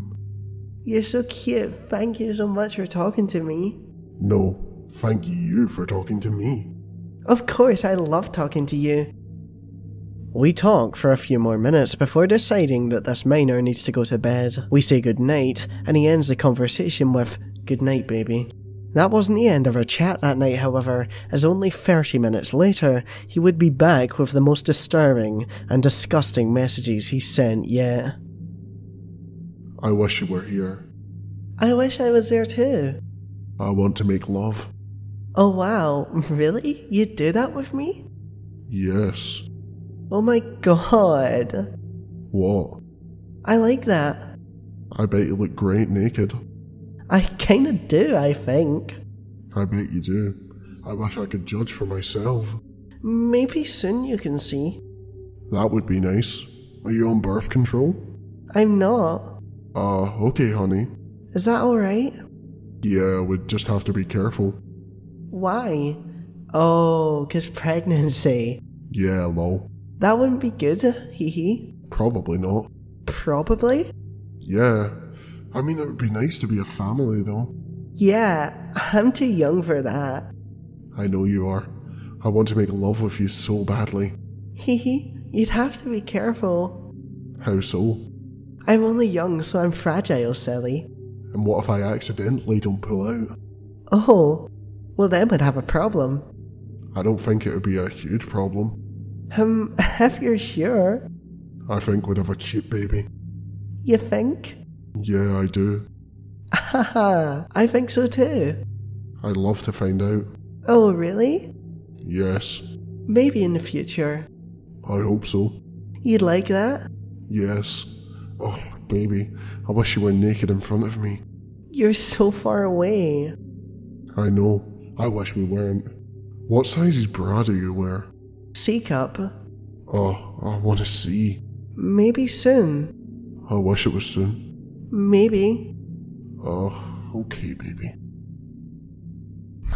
S3: You're so cute. Thank you so much for talking to me.
S4: No, thank you for talking to me.
S3: Of course, I love talking to you. We talk for a few more minutes before deciding that this miner needs to go to bed. We say goodnight, and he ends the conversation with, Good night, baby. That wasn't the end of our chat that night, however, as only 30 minutes later, he would be back with the most disturbing and disgusting messages he sent yet.
S4: I wish you were here.
S3: I wish I was there too.
S4: I want to make love.
S3: Oh wow, really? You'd do that with me?
S4: Yes.
S3: Oh my god.
S4: What?
S3: I like that.
S4: I bet you look great naked.
S3: I kinda do, I think.
S4: I bet you do. I wish I could judge for myself.
S3: Maybe soon you can see.
S4: That would be nice. Are you on birth control?
S3: I'm not.
S4: Uh, okay, honey.
S3: Is that alright?
S4: Yeah, we'd just have to be careful.
S3: Why? Oh, 'cause pregnancy.
S4: Yeah, lol.
S3: That wouldn't be good, hee hee.
S4: Probably not.
S3: Probably?
S4: Yeah. I mean, it would be nice to be a family, though.
S3: Yeah, I'm too young for that.
S4: I know you are. I want to make love with you so badly.
S3: Hee hee, you'd have to be careful.
S4: How so?
S3: I'm only young, so I'm fragile, silly.
S4: And what if I accidentally don't pull out?
S3: Oh, well, then we'd have a problem.
S4: I don't think it would be a huge problem.
S3: Um, if you're sure.
S4: I think we'd have a cute baby.
S3: You think?
S4: Yeah, I do.
S3: Haha, I think so too.
S4: I'd love to find out.
S3: Oh, really?
S4: Yes.
S3: Maybe in the future.
S4: I hope so.
S3: You'd like that?
S4: Yes. Oh, baby, I wish you were naked in front of me.
S3: You're so far away.
S4: I know. I wish we weren't. What size's bra do you wear?
S3: C cup.
S4: Oh, I want to see.
S3: Maybe soon.
S4: I wish it was soon.
S3: Maybe.
S4: Oh, okay, baby.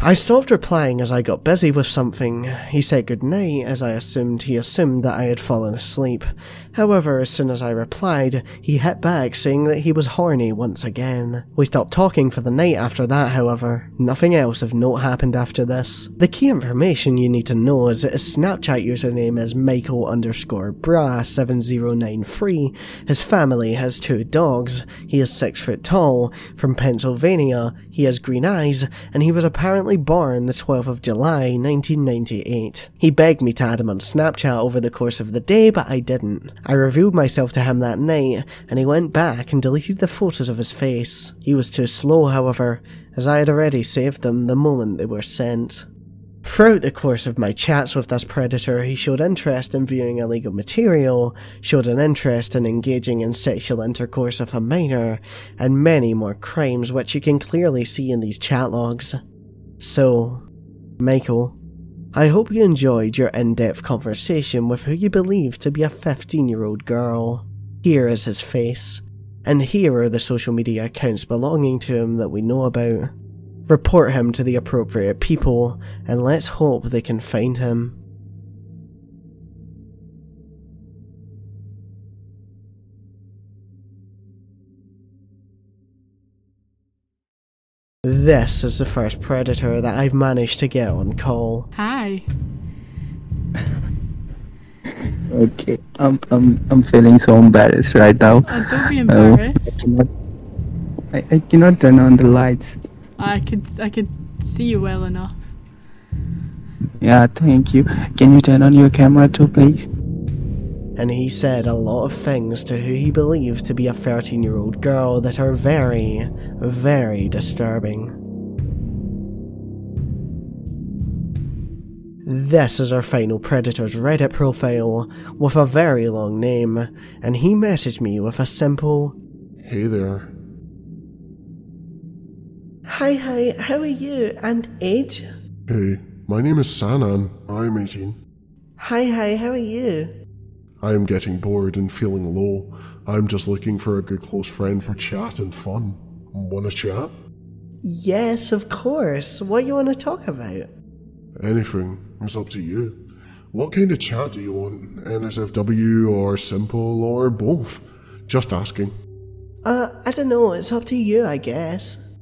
S3: I stopped replying as I got busy with something. He said goodnight as I assumed he assumed that I had fallen asleep. However, as soon as I replied, he hit back saying that he was horny once again. We stopped talking for the night after that, however. Nothing else of note happened after this. The key information you need to know is that his Snapchat username is Michael underscore bra 7093. His family has two dogs. He is six foot tall, from Pennsylvania. He has green eyes, and he was apparently born the 12th of July 1998. He begged me to add him on Snapchat over the course of the day, but I didn't. I revealed myself to him that night, and he went back and deleted the photos of his face. He was too slow, however, as I had already saved them the moment they were sent. Throughout the course of my chats with this predator, he showed interest in viewing illegal material, showed an interest in engaging in sexual intercourse with a minor, and many more crimes which you can clearly see in these chat logs. So, Michael, I hope you enjoyed your in depth conversation with who you believe to be a 15 year old girl. Here is his face, and here are the social media accounts belonging to him that we know about report him to the appropriate people, and let's hope they can find him. This is the first predator that I've managed to get on call.
S1: Hi.
S2: Okay. I'm I'm I'm feeling so embarrassed right now.
S1: Oh, don't be
S2: I won't-
S1: embarrassed.
S2: I cannot, I, I cannot turn on the lights.
S1: I could I could see you well enough.
S2: Yeah, thank you. Can you turn on your camera too, please?
S3: And he said a lot of things to who he believed to be a 13 year old girl that are very, very disturbing. This is our final Predator's Reddit profile with a very long name, and he messaged me with a simple
S4: Hey there.
S3: Hi, hi, how are you? And age?
S4: Hey, my name is Sanan. I'm 18.
S3: Hi, hi, how are you?
S4: I am getting bored and feeling low. I'm just looking for a good close friend for chat and fun. Wanna chat?
S3: Yes, of course. What you want to talk about?
S4: Anything. It's up to you. What kind of chat do you want? NSFW or simple or both? Just asking.
S3: Uh, I don't know. It's up to you, I guess.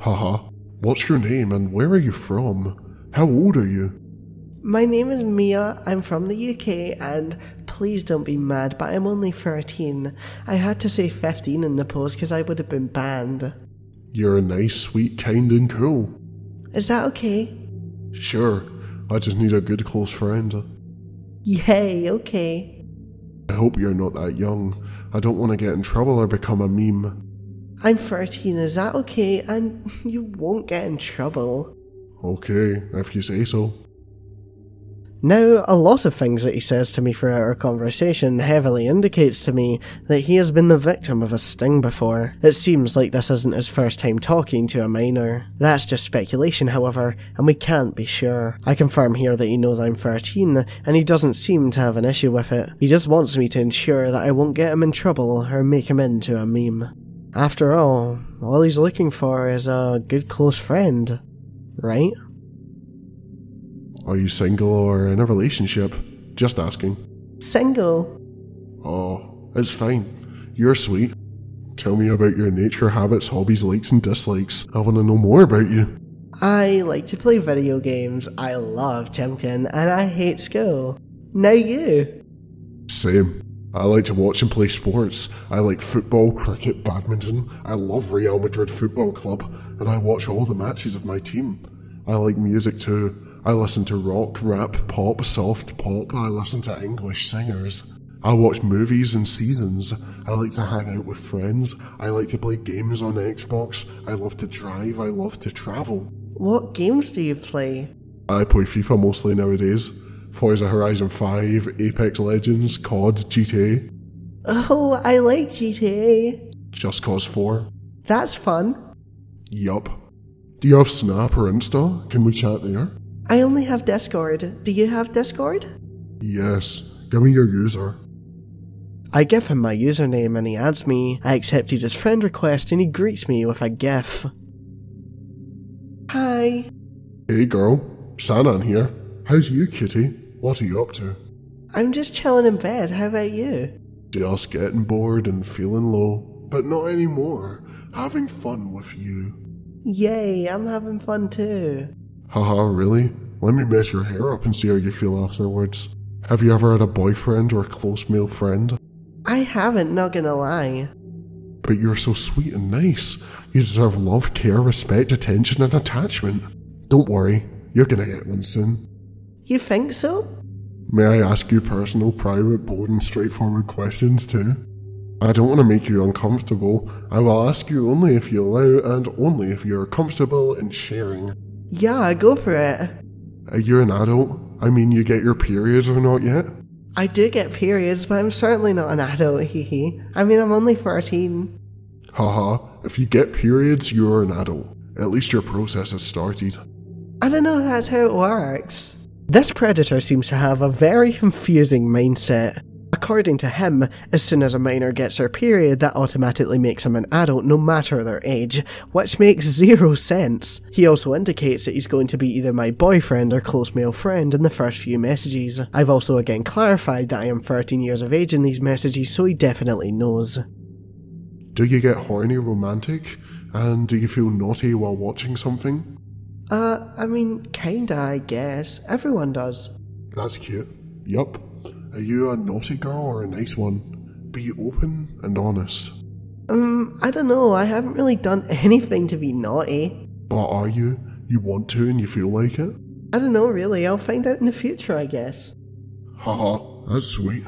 S4: Haha. What's your name and where are you from? How old are you?
S3: My name is Mia. I'm from the UK, and please don't be mad, but I'm only 13. I had to say 15 in the post because I would have been banned.
S4: You're a nice, sweet, kind, and cool.
S3: Is that okay?
S4: Sure, I just need a good close friend.
S3: Yay, okay.
S4: I hope you're not that young. I don't want to get in trouble or become a meme.
S3: I'm 13, is that okay? And you won't get in trouble.
S4: Okay, if you say so.
S3: Now, a lot of things that he says to me throughout our conversation heavily indicates to me that he has been the victim of a sting before. It seems like this isn't his first time talking to a minor. That's just speculation, however, and we can't be sure. I confirm here that he knows I'm 13, and he doesn't seem to have an issue with it. He just wants me to ensure that I won't get him in trouble or make him into a meme. After all, all he's looking for is a good close friend, right?
S4: Are you single or in a relationship? Just asking.
S3: Single.
S4: Oh, it's fine. You're sweet. Tell me about your nature habits, hobbies, likes, and dislikes. I want to know more about you.
S3: I like to play video games. I love Temkin and I hate school. Now you.
S4: Same. I like to watch and play sports. I like football, cricket, badminton. I love Real Madrid Football Club, and I watch all the matches of my team. I like music too. I listen to rock, rap, pop, soft pop. I listen to English singers. I watch movies and seasons. I like to hang out with friends. I like to play games on Xbox. I love to drive. I love to travel.
S3: What games do you play?
S4: I play FIFA mostly nowadays. Forza Horizon 5, Apex Legends, COD, GTA,
S3: Oh, I like GTA.
S4: Just Cause 4.
S3: That's fun.
S4: Yup. Do you have Snap or Insta? Can we chat there?
S3: I only have Discord. Do you have Discord?
S4: Yes. Give me your user.
S3: I give him my username and he adds me. I accepted his friend request and he greets me with a gif. Hi.
S4: Hey girl, Sanan here. How's you, kitty? What are you up to?
S3: I'm just chilling in bed. How about you?
S4: Just getting bored and feeling low, but not anymore. Having fun with you.
S3: Yay, I'm having fun too.
S4: Haha, really? Let me mess your hair up and see how you feel afterwards. Have you ever had a boyfriend or a close male friend?
S3: I haven't, not gonna lie.
S4: But you're so sweet and nice. You deserve love, care, respect, attention, and attachment. Don't worry, you're gonna get one soon.
S3: You think so?
S4: May I ask you personal, private, bold, and straightforward questions too? I don't want to make you uncomfortable. I will ask you only if you allow and only if you're comfortable in sharing.
S3: Yeah, go for it.
S4: Are you an adult? I mean, you get your periods or not yet?
S3: I do get periods, but I'm certainly not an adult, hee hee. I mean, I'm only 13.
S4: Haha, if you get periods, you're an adult. At least your process has started.
S3: I don't know if that's how it works. This predator seems to have a very confusing mindset. According to him, as soon as a minor gets her period, that automatically makes them an adult no matter their age, which makes zero sense. He also indicates that he's going to be either my boyfriend or close male friend in the first few messages. I've also again clarified that I am 13 years of age in these messages, so he definitely knows.
S4: Do you get horny romantic? And do you feel naughty while watching something?
S3: Uh, I mean, kinda, I guess. Everyone does.
S4: That's cute. Yup. Are you a naughty girl or a nice one? Be open and honest.
S3: Um, I don't know, I haven't really done anything to be naughty.
S4: But are you? You want to and you feel like it?
S3: I don't know, really, I'll find out in the future, I guess.
S4: Haha, that's sweet.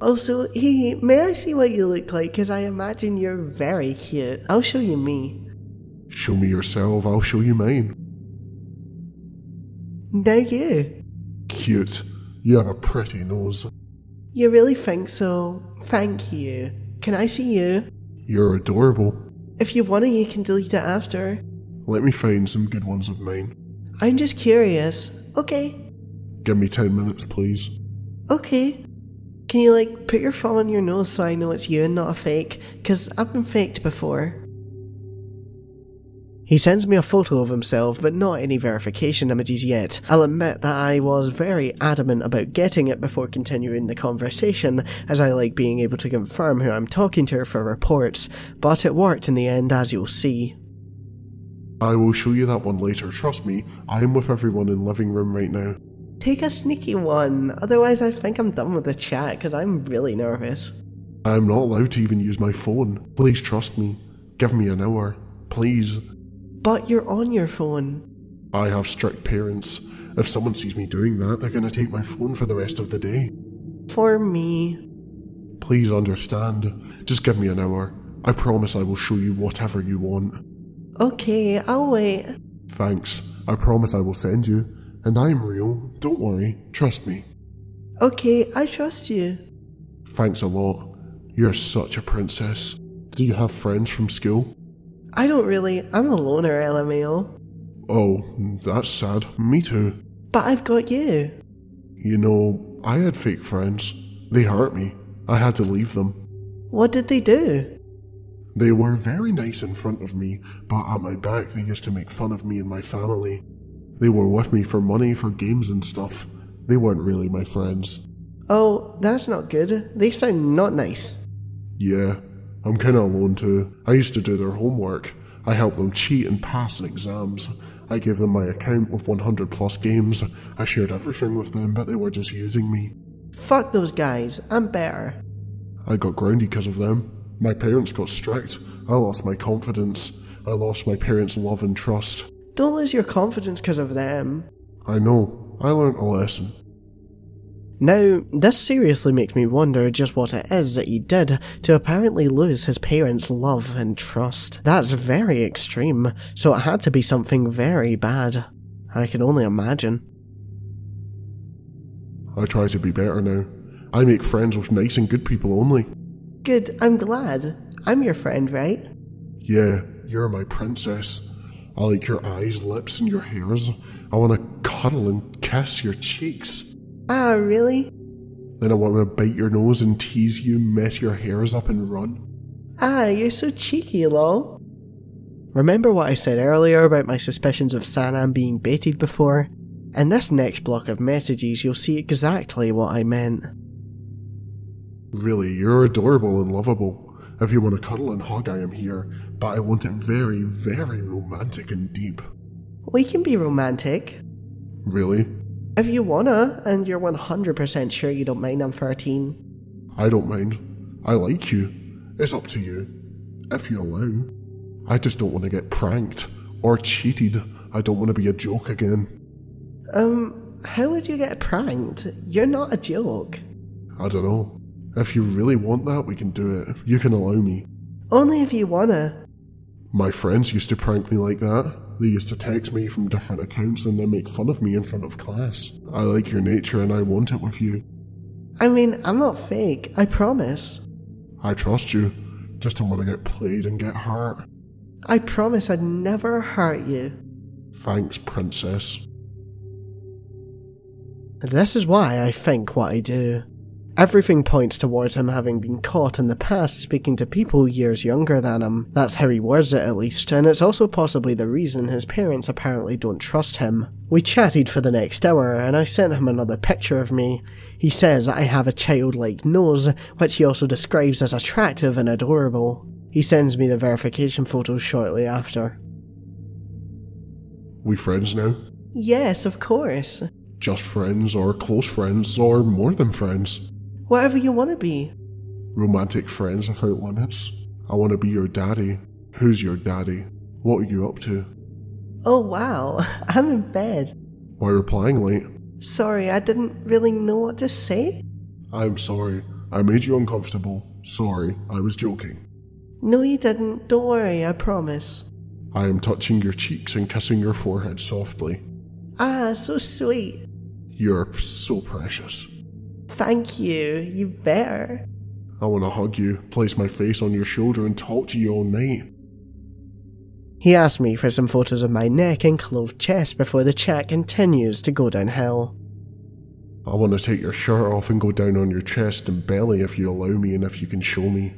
S3: Also, hee hee, may I see what you look like? Because I imagine you're very cute. I'll show you me.
S4: Show me yourself, I'll show you mine.
S3: Now you.
S4: Cute. You have a pretty nose.
S3: You really think so? Thank you. Can I see you?
S4: You're adorable.
S3: If you want to, you can delete it after.
S4: Let me find some good ones of mine.
S3: I'm just curious. Okay,
S4: Give me 10 minutes, please.
S3: okay. Can you, like, put your phone on your nose so I know it's you and not a fake? Because I've been faked before. He sends me a photo of himself, but not any verification images yet. I'll admit that I was very adamant about getting it before continuing the conversation, as I like being able to confirm who I'm talking to for reports, but it worked in the end, as you'll see.
S4: I will show you that one later. Trust me, I am with everyone in living room right now.
S3: Take a sneaky one, otherwise, I think I'm done with the chat because I'm really nervous.
S4: I am not allowed to even use my phone. Please trust me. Give me an hour. Please.
S3: But you're on your phone.
S4: I have strict parents. If someone sees me doing that, they're going to take my phone for the rest of the day.
S3: For me.
S4: Please understand. Just give me an hour. I promise I will show you whatever you want.
S3: Okay, I'll wait.
S4: Thanks. I promise I will send you. And I am real. Don't worry. Trust me.
S3: Okay, I trust you.
S4: Thanks a lot. You're such a princess. Do you have friends from school?
S3: I don't really. I'm a loner, LMAO.
S4: Oh, that's sad. Me too.
S3: But I've got you.
S4: You know, I had fake friends. They hurt me. I had to leave them.
S3: What did they do?
S4: They were very nice in front of me, but at my back they used to make fun of me and my family. They were with me for money for games and stuff. They weren't really my friends.
S3: Oh, that's not good. They sound not nice.
S4: Yeah, I'm kinda alone too. I used to do their homework. I helped them cheat and pass in exams. I gave them my account with 100 plus games. I shared everything with them, but they were just using me.
S3: Fuck those guys. I'm better.
S4: I got grounded because of them. My parents got strict. I lost my confidence. I lost my parents' love and trust.
S3: Don't lose your confidence because of them.
S4: I know. I learnt a lesson.
S3: Now, this seriously makes me wonder just what it is that he did to apparently lose his parents' love and trust. That's very extreme, so it had to be something very bad. I can only imagine.
S4: I try to be better now. I make friends with nice and good people only.
S3: Good, I'm glad. I'm your friend, right?
S4: Yeah, you're my princess. I like your eyes, lips, and your hairs. I want to cuddle and kiss your cheeks.
S3: Ah, really?
S4: Then I want to bite your nose and tease you, mess your hairs up, and run.
S3: Ah, you're so cheeky, lol. Remember what I said earlier about my suspicions of Sanam being baited before? In this next block of messages, you'll see exactly what I meant.
S4: Really, you're adorable and lovable. If you want to cuddle and hug, I am here, but I want it very, very romantic and deep.
S3: We can be romantic.
S4: Really?
S3: If you wanna, and you're 100% sure you don't mind I'm 13.
S4: I don't mind. I like you. It's up to you. If you allow. I just don't want to get pranked or cheated. I don't want to be a joke again.
S3: Um, how would you get pranked? You're not a joke.
S4: I don't know. If you really want that, we can do it. You can allow me.
S3: Only if you wanna.
S4: My friends used to prank me like that. They used to text me from different accounts and then make fun of me in front of class. I like your nature and I want it with you.
S3: I mean, I'm not fake, I promise.
S4: I trust you. Just don't want to get played and get hurt.
S3: I promise I'd never hurt you.
S4: Thanks, princess.
S3: This is why I think what I do. Everything points towards him having been caught in the past speaking to people years younger than him. That's how he words it, at least, and it's also possibly the reason his parents apparently don't trust him. We chatted for the next hour, and I sent him another picture of me. He says I have a childlike nose, which he also describes as attractive and adorable. He sends me the verification photos shortly after.
S4: We friends now?
S3: Yes, of course.
S4: Just friends, or close friends, or more than friends.
S3: Whatever you want to be.
S4: Romantic friends without limits. I want to be your daddy. Who's your daddy? What are you up to?
S3: Oh wow, I'm in bed.
S4: Why replying late?
S3: Sorry, I didn't really know what to say.
S4: I'm sorry. I made you uncomfortable. Sorry, I was joking.
S3: No, you didn't. Don't worry, I promise.
S4: I am touching your cheeks and kissing your forehead softly.
S3: Ah, so sweet.
S4: You're so precious.
S3: Thank you. You better.
S4: I want to hug you, place my face on your shoulder, and talk to you all night.
S3: He asks me for some photos of my neck and clothed chest before the chat continues to go downhill.
S4: I want to take your shirt off and go down on your chest and belly if you allow me and if you can show me.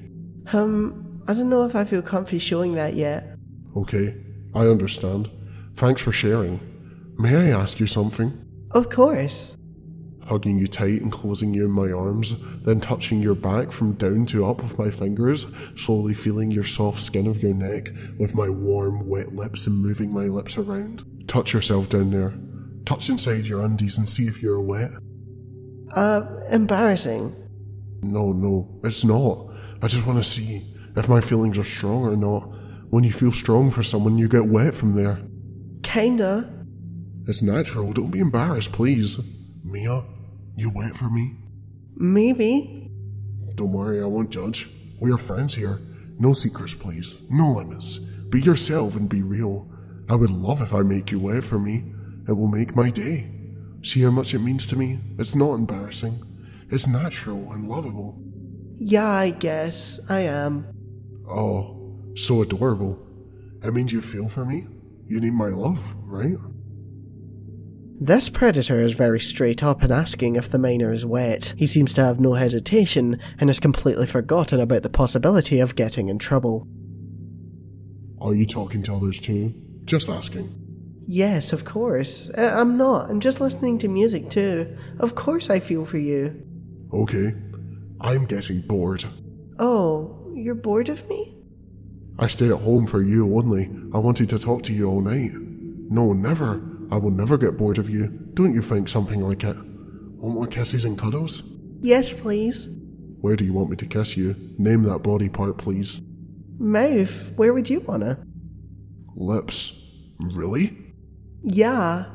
S3: Um, I don't know if I feel comfy showing that yet.
S4: Okay, I understand. Thanks for sharing. May I ask you something?
S3: Of course.
S4: Hugging you tight and closing you in my arms, then touching your back from down to up with my fingers, slowly feeling your soft skin of your neck with my warm, wet lips and moving my lips around. Touch yourself down there. Touch inside your undies and see if you're wet.
S3: Uh, embarrassing.
S4: No, no, it's not. I just want to see if my feelings are strong or not. When you feel strong for someone, you get wet from there.
S3: Kinda.
S4: It's natural. Don't be embarrassed, please. Mia, you wait for me.
S3: Maybe.
S4: Don't worry, I won't judge. We are friends here. No secrets, please. No limits. Be yourself and be real. I would love if I make you wait for me. It will make my day. See how much it means to me? It's not embarrassing. It's natural and lovable.
S3: Yeah, I guess I am.
S4: Oh, so adorable. It means you feel for me? You need my love, right?
S3: This predator is very straight up in asking if the miner is wet. He seems to have no hesitation and has completely forgotten about the possibility of getting in trouble.
S4: Are you talking to others too? Just asking.
S3: Yes, of course. I- I'm not. I'm just listening to music too. Of course I feel for you.
S4: Okay. I'm getting bored.
S3: Oh, you're bored of me?
S4: I stayed at home for you only. I wanted to talk to you all night. No, never. I will never get bored of you. Don't you think something like it? Want more kisses and cuddles?
S3: Yes, please.
S4: Where do you want me to kiss you? Name that body part, please.
S3: Mouth, where would you wanna?
S4: Lips. Really?
S3: Yeah.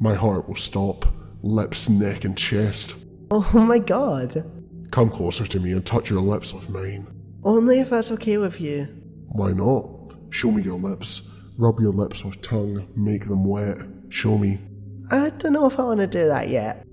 S4: My heart will stop. Lips, neck, and chest.
S3: Oh my god.
S4: Come closer to me and touch your lips with mine.
S3: Only if that's okay with you.
S4: Why not? Show me your lips. Rub your lips with tongue. Make them wet. Show me.
S3: I don't know if I want to do that yet.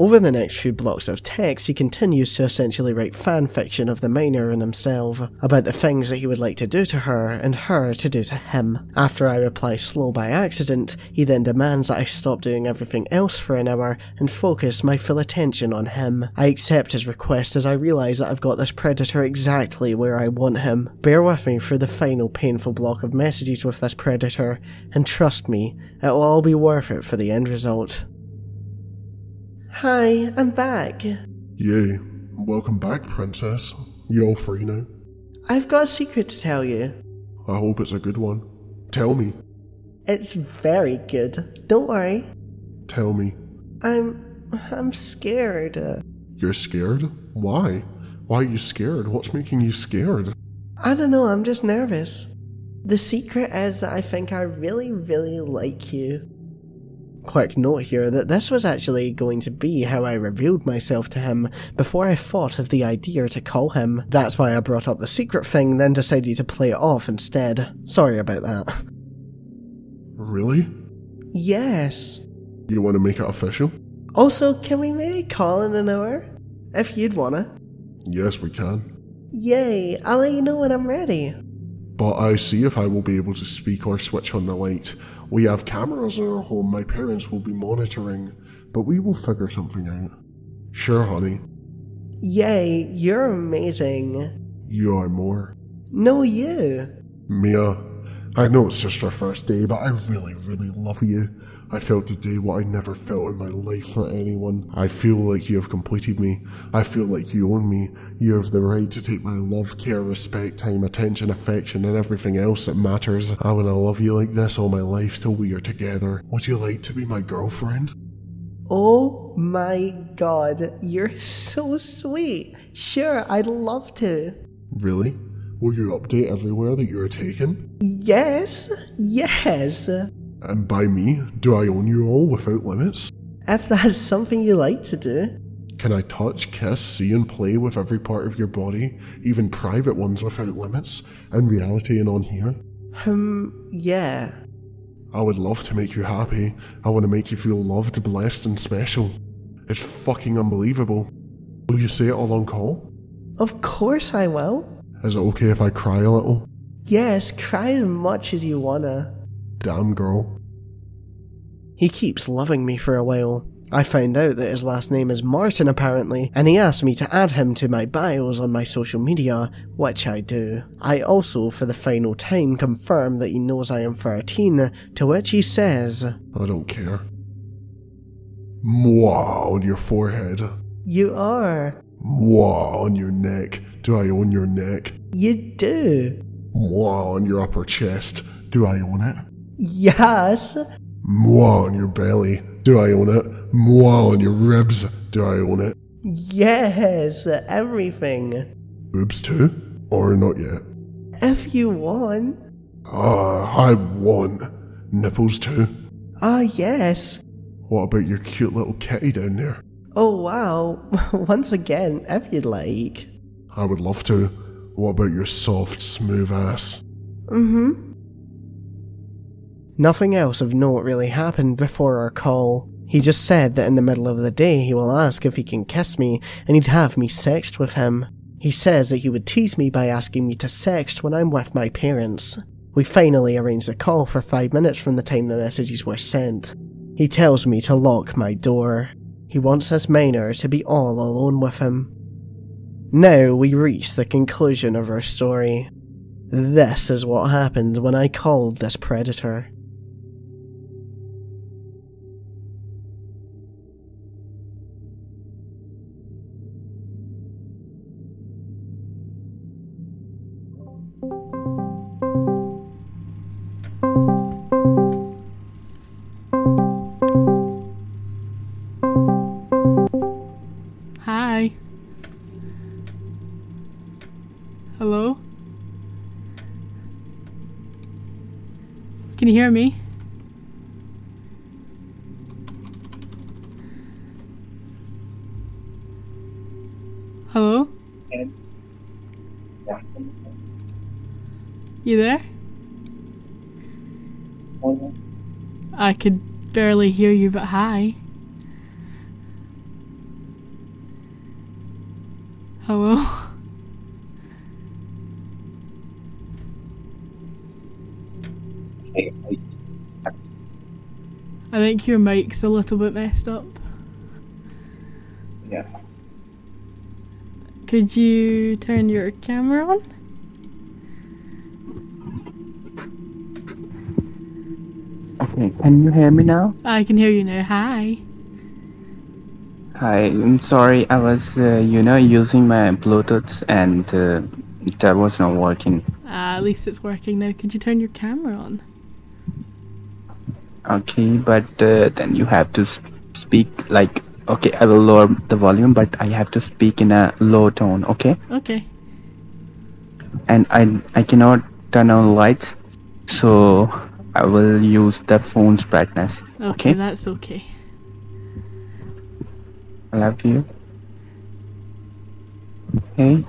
S3: Over the next few blocks of text, he continues to essentially write fan fiction of the miner and himself about the things that he would like to do to her and her to do to him. After I reply slow by accident, he then demands that I stop doing everything else for an hour and focus my full attention on him. I accept his request as I realize that I've got this predator exactly where I want him. Bear with me for the final painful block of messages with this predator, and trust me, it will all be worth it for the end result. Hi, I'm back.
S4: Yay. Welcome back, princess. You're all free now.
S3: I've got a secret to tell you.
S4: I hope it's a good one. Tell me.
S3: It's very good. Don't worry.
S4: Tell me.
S3: I'm I'm scared.
S4: You're scared? Why? Why are you scared? What's making you scared?
S3: I don't know, I'm just nervous. The secret is that I think I really, really like you. Quick note here that this was actually going to be how I revealed myself to him before I thought of the idea to call him. That's why I brought up the secret thing, then decided to play it off instead. Sorry about that.
S4: Really?
S3: Yes.
S4: You want to make it official?
S3: Also, can we maybe call in an hour? If you'd wanna.
S4: Yes, we can.
S3: Yay, I'll let you know when I'm ready.
S4: But I see if I will be able to speak or switch on the light. We have cameras in our home. My parents will be monitoring. But we will figure something out. Sure, honey.
S3: Yay, you're amazing.
S4: You are more.
S3: No, you.
S4: Mia, I know it's just our first day, but I really, really love you. I felt today what I never felt in my life for anyone. I feel like you have completed me. I feel like you own me. You have the right to take my love, care, respect, time, attention, affection, and everything else that matters. I want to love you like this all my life till we are together. Would you like to be my girlfriend?
S3: Oh my god, you're so sweet. Sure, I'd love to.
S4: Really? Will you update everywhere that you are taken?
S3: Yes, yes.
S4: And by me, do I own you all without limits?
S3: If that's something you like to do.
S4: Can I touch, kiss, see, and play with every part of your body, even private ones without limits, in reality and on here?
S3: Um, yeah.
S4: I would love to make you happy. I want to make you feel loved, blessed, and special. It's fucking unbelievable. Will you say it all on call?
S3: Of course I will.
S4: Is it okay if I cry a little?
S3: Yes, cry as much as you wanna.
S4: Damn, girl.
S3: He keeps loving me for a while. I found out that his last name is Martin apparently, and he asked me to add him to my bios on my social media, which I do. I also, for the final time, confirm that he knows I am 13, to which he says,
S4: I don't care. Mwah on your forehead.
S3: You are.
S4: Mwah on your neck. Do I own your neck?
S3: You do.
S4: Mwah on your upper chest. Do I own it?
S3: Yes.
S4: Moi on your belly. Do I own it? Moi on your ribs. Do I own it?
S3: Yes. Everything.
S4: Boobs too? Or not yet?
S3: If you want.
S4: Ah, I want. Nipples too?
S3: Ah, yes.
S4: What about your cute little kitty down there?
S3: Oh, wow. Once again, if you'd like.
S4: I would love to. What about your soft, smooth ass?
S3: Mm-hmm. Nothing else of note really happened before our call. He just said that in the middle of the day he will ask if he can kiss me and he'd have me sexed with him. He says that he would tease me by asking me to sext when I'm with my parents. We finally arrange the call for five minutes from the time the messages were sent. He tells me to lock my door. He wants this minor to be all alone with him. Now we reach the conclusion of our story. This is what happened when I called this predator.
S1: Hi. Hello? Can you hear me? Hello? You there? I could barely hear you, but hi. Hello? I think your mic's a little bit messed up.
S2: Yeah.
S1: Could you turn your camera on?
S2: Okay, can you hear me now?
S1: I can hear you now. Hi.
S2: Hi, I'm sorry. I was, uh, you know, using my Bluetooth and uh, that was not working.
S1: Ah, at least it's working now. Could you turn your camera on?
S2: Okay, but uh, then you have to s- speak like. Okay, I will lower the volume, but I have to speak in a low tone. Okay,
S1: Okay.
S2: and I I cannot turn on lights, so I will use the phone's brightness.
S1: Okay,
S2: Okay.
S1: that's okay.
S2: I love you. Hey,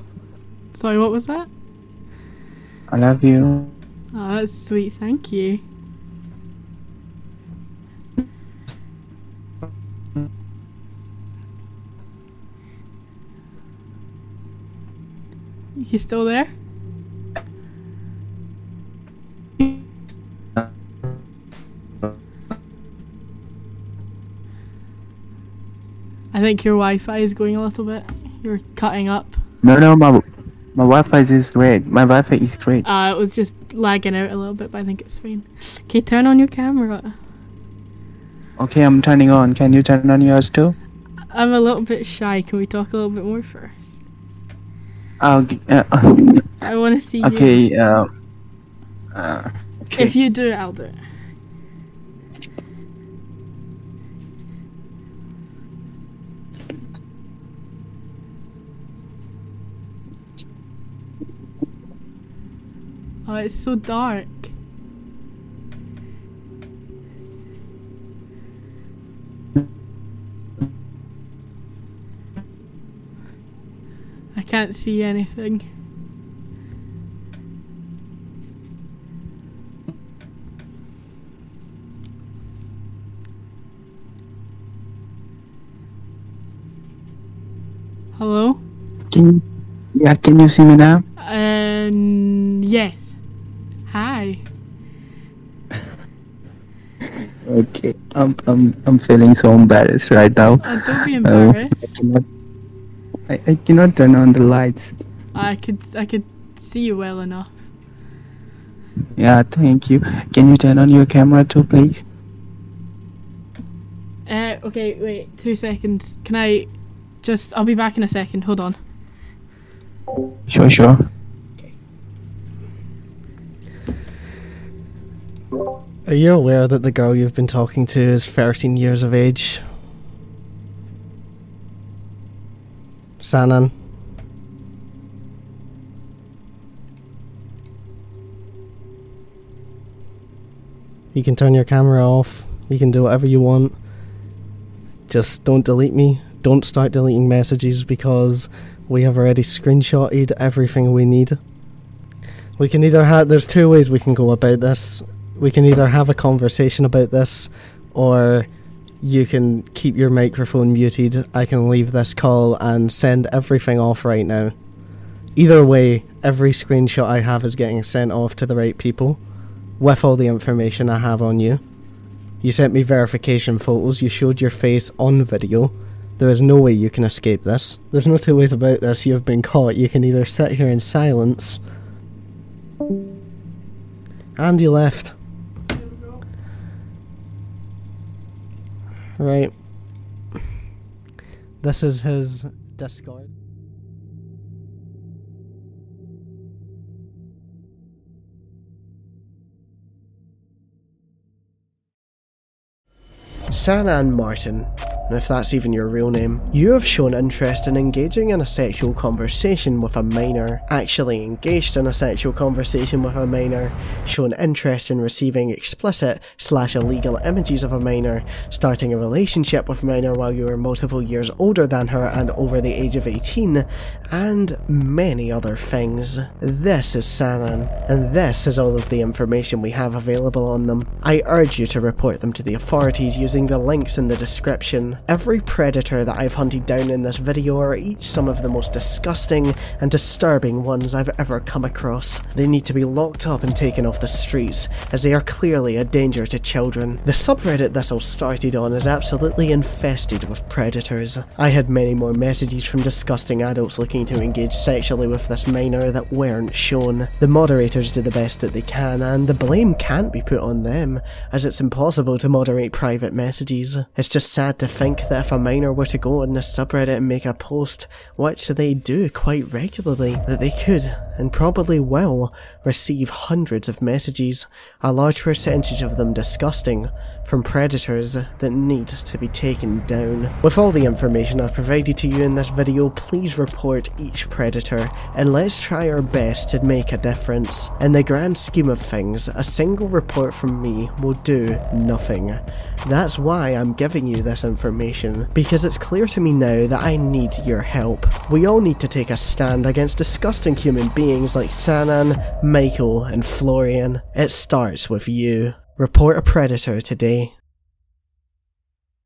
S1: Sorry, what was that?
S2: I love you.
S1: Oh, that's sweet. Thank you. You still there? I think your Wi-Fi is going a little bit. You're cutting up.
S2: No, no, my my Wi-Fi is great. My Wi-Fi is great.
S1: Uh, it was just lagging out a little bit, but I think it's fine. Okay, turn on your camera.
S2: Okay, I'm turning on. Can you turn on yours too?
S1: I'm a little bit shy. Can we talk a little bit more first?
S2: I'll, g- uh,
S1: I want to see you.
S2: okay. Uh, uh, okay.
S1: If you do it, I'll do it. Oh, it's so dark. I can't see anything. Hello?
S2: Can you, yeah, can you see me now?
S1: Um, yes. Hi.
S2: Okay. I'm I'm I'm feeling so embarrassed right now.
S1: Oh, don't be
S2: Oh, I
S1: embarrassed.
S2: cannot. I, I cannot turn on the lights.
S1: I could I could see you well enough.
S2: Yeah, thank you. Can you turn on your camera too, please?
S1: Uh, okay, wait, two seconds. Can I just? I'll be back in a second. Hold on.
S2: Sure, sure.
S3: Are you aware that the girl you've been talking to is 13 years of age? Sanan. You can turn your camera off.
S5: You can do whatever you want. Just don't delete me. Don't start deleting messages because we have already screenshotted everything we need. We can either have. There's two ways we can go about this. We can either have a conversation about this, or you can keep your microphone muted. I can leave this call and send everything off right now. Either way, every screenshot I have is getting sent off to the right people with all the information I have on you. You sent me verification photos, you showed your face on video. There is no way you can escape this. There's no two ways about this. You have been caught. You can either sit here in silence. And you left. Right. This is his Discord.
S3: Sanan Martin, if that's even your real name, you have shown interest in engaging in a sexual conversation with a minor. Actually engaged in a sexual conversation with a minor, shown interest in receiving explicit slash illegal images of a minor, starting a relationship with a minor while you are multiple years older than her and over the age of 18, and many other things. This is Sanan, and this is all of the information we have available on them. I urge you to report them to the authorities using the links in the description. Every predator that I've hunted down in this video are each some of the most disgusting and disturbing ones I've ever come across. They need to be locked up and taken off the streets, as they are clearly a danger to children. The subreddit this all started on is absolutely infested with predators. I had many more messages from disgusting adults looking to engage sexually with this minor that weren't shown. The moderators do the best that they can, and the blame can't be put on them, as it's impossible to moderate private messages. It's just sad to think that if a minor were to go on this subreddit and make a post, which they do quite regularly, that they could, and probably will, receive hundreds of messages, a large percentage of them disgusting, from predators that need to be taken down. With all the information I've provided to you in this video, please report each predator, and let's try our best to make a difference. In the grand scheme of things, a single report from me will do nothing. That's why I'm giving you this information, because it's clear to me now that I need your help. We all need to take a stand against disgusting human beings like Sanan, Michael, and Florian. It starts with you. Report a predator today.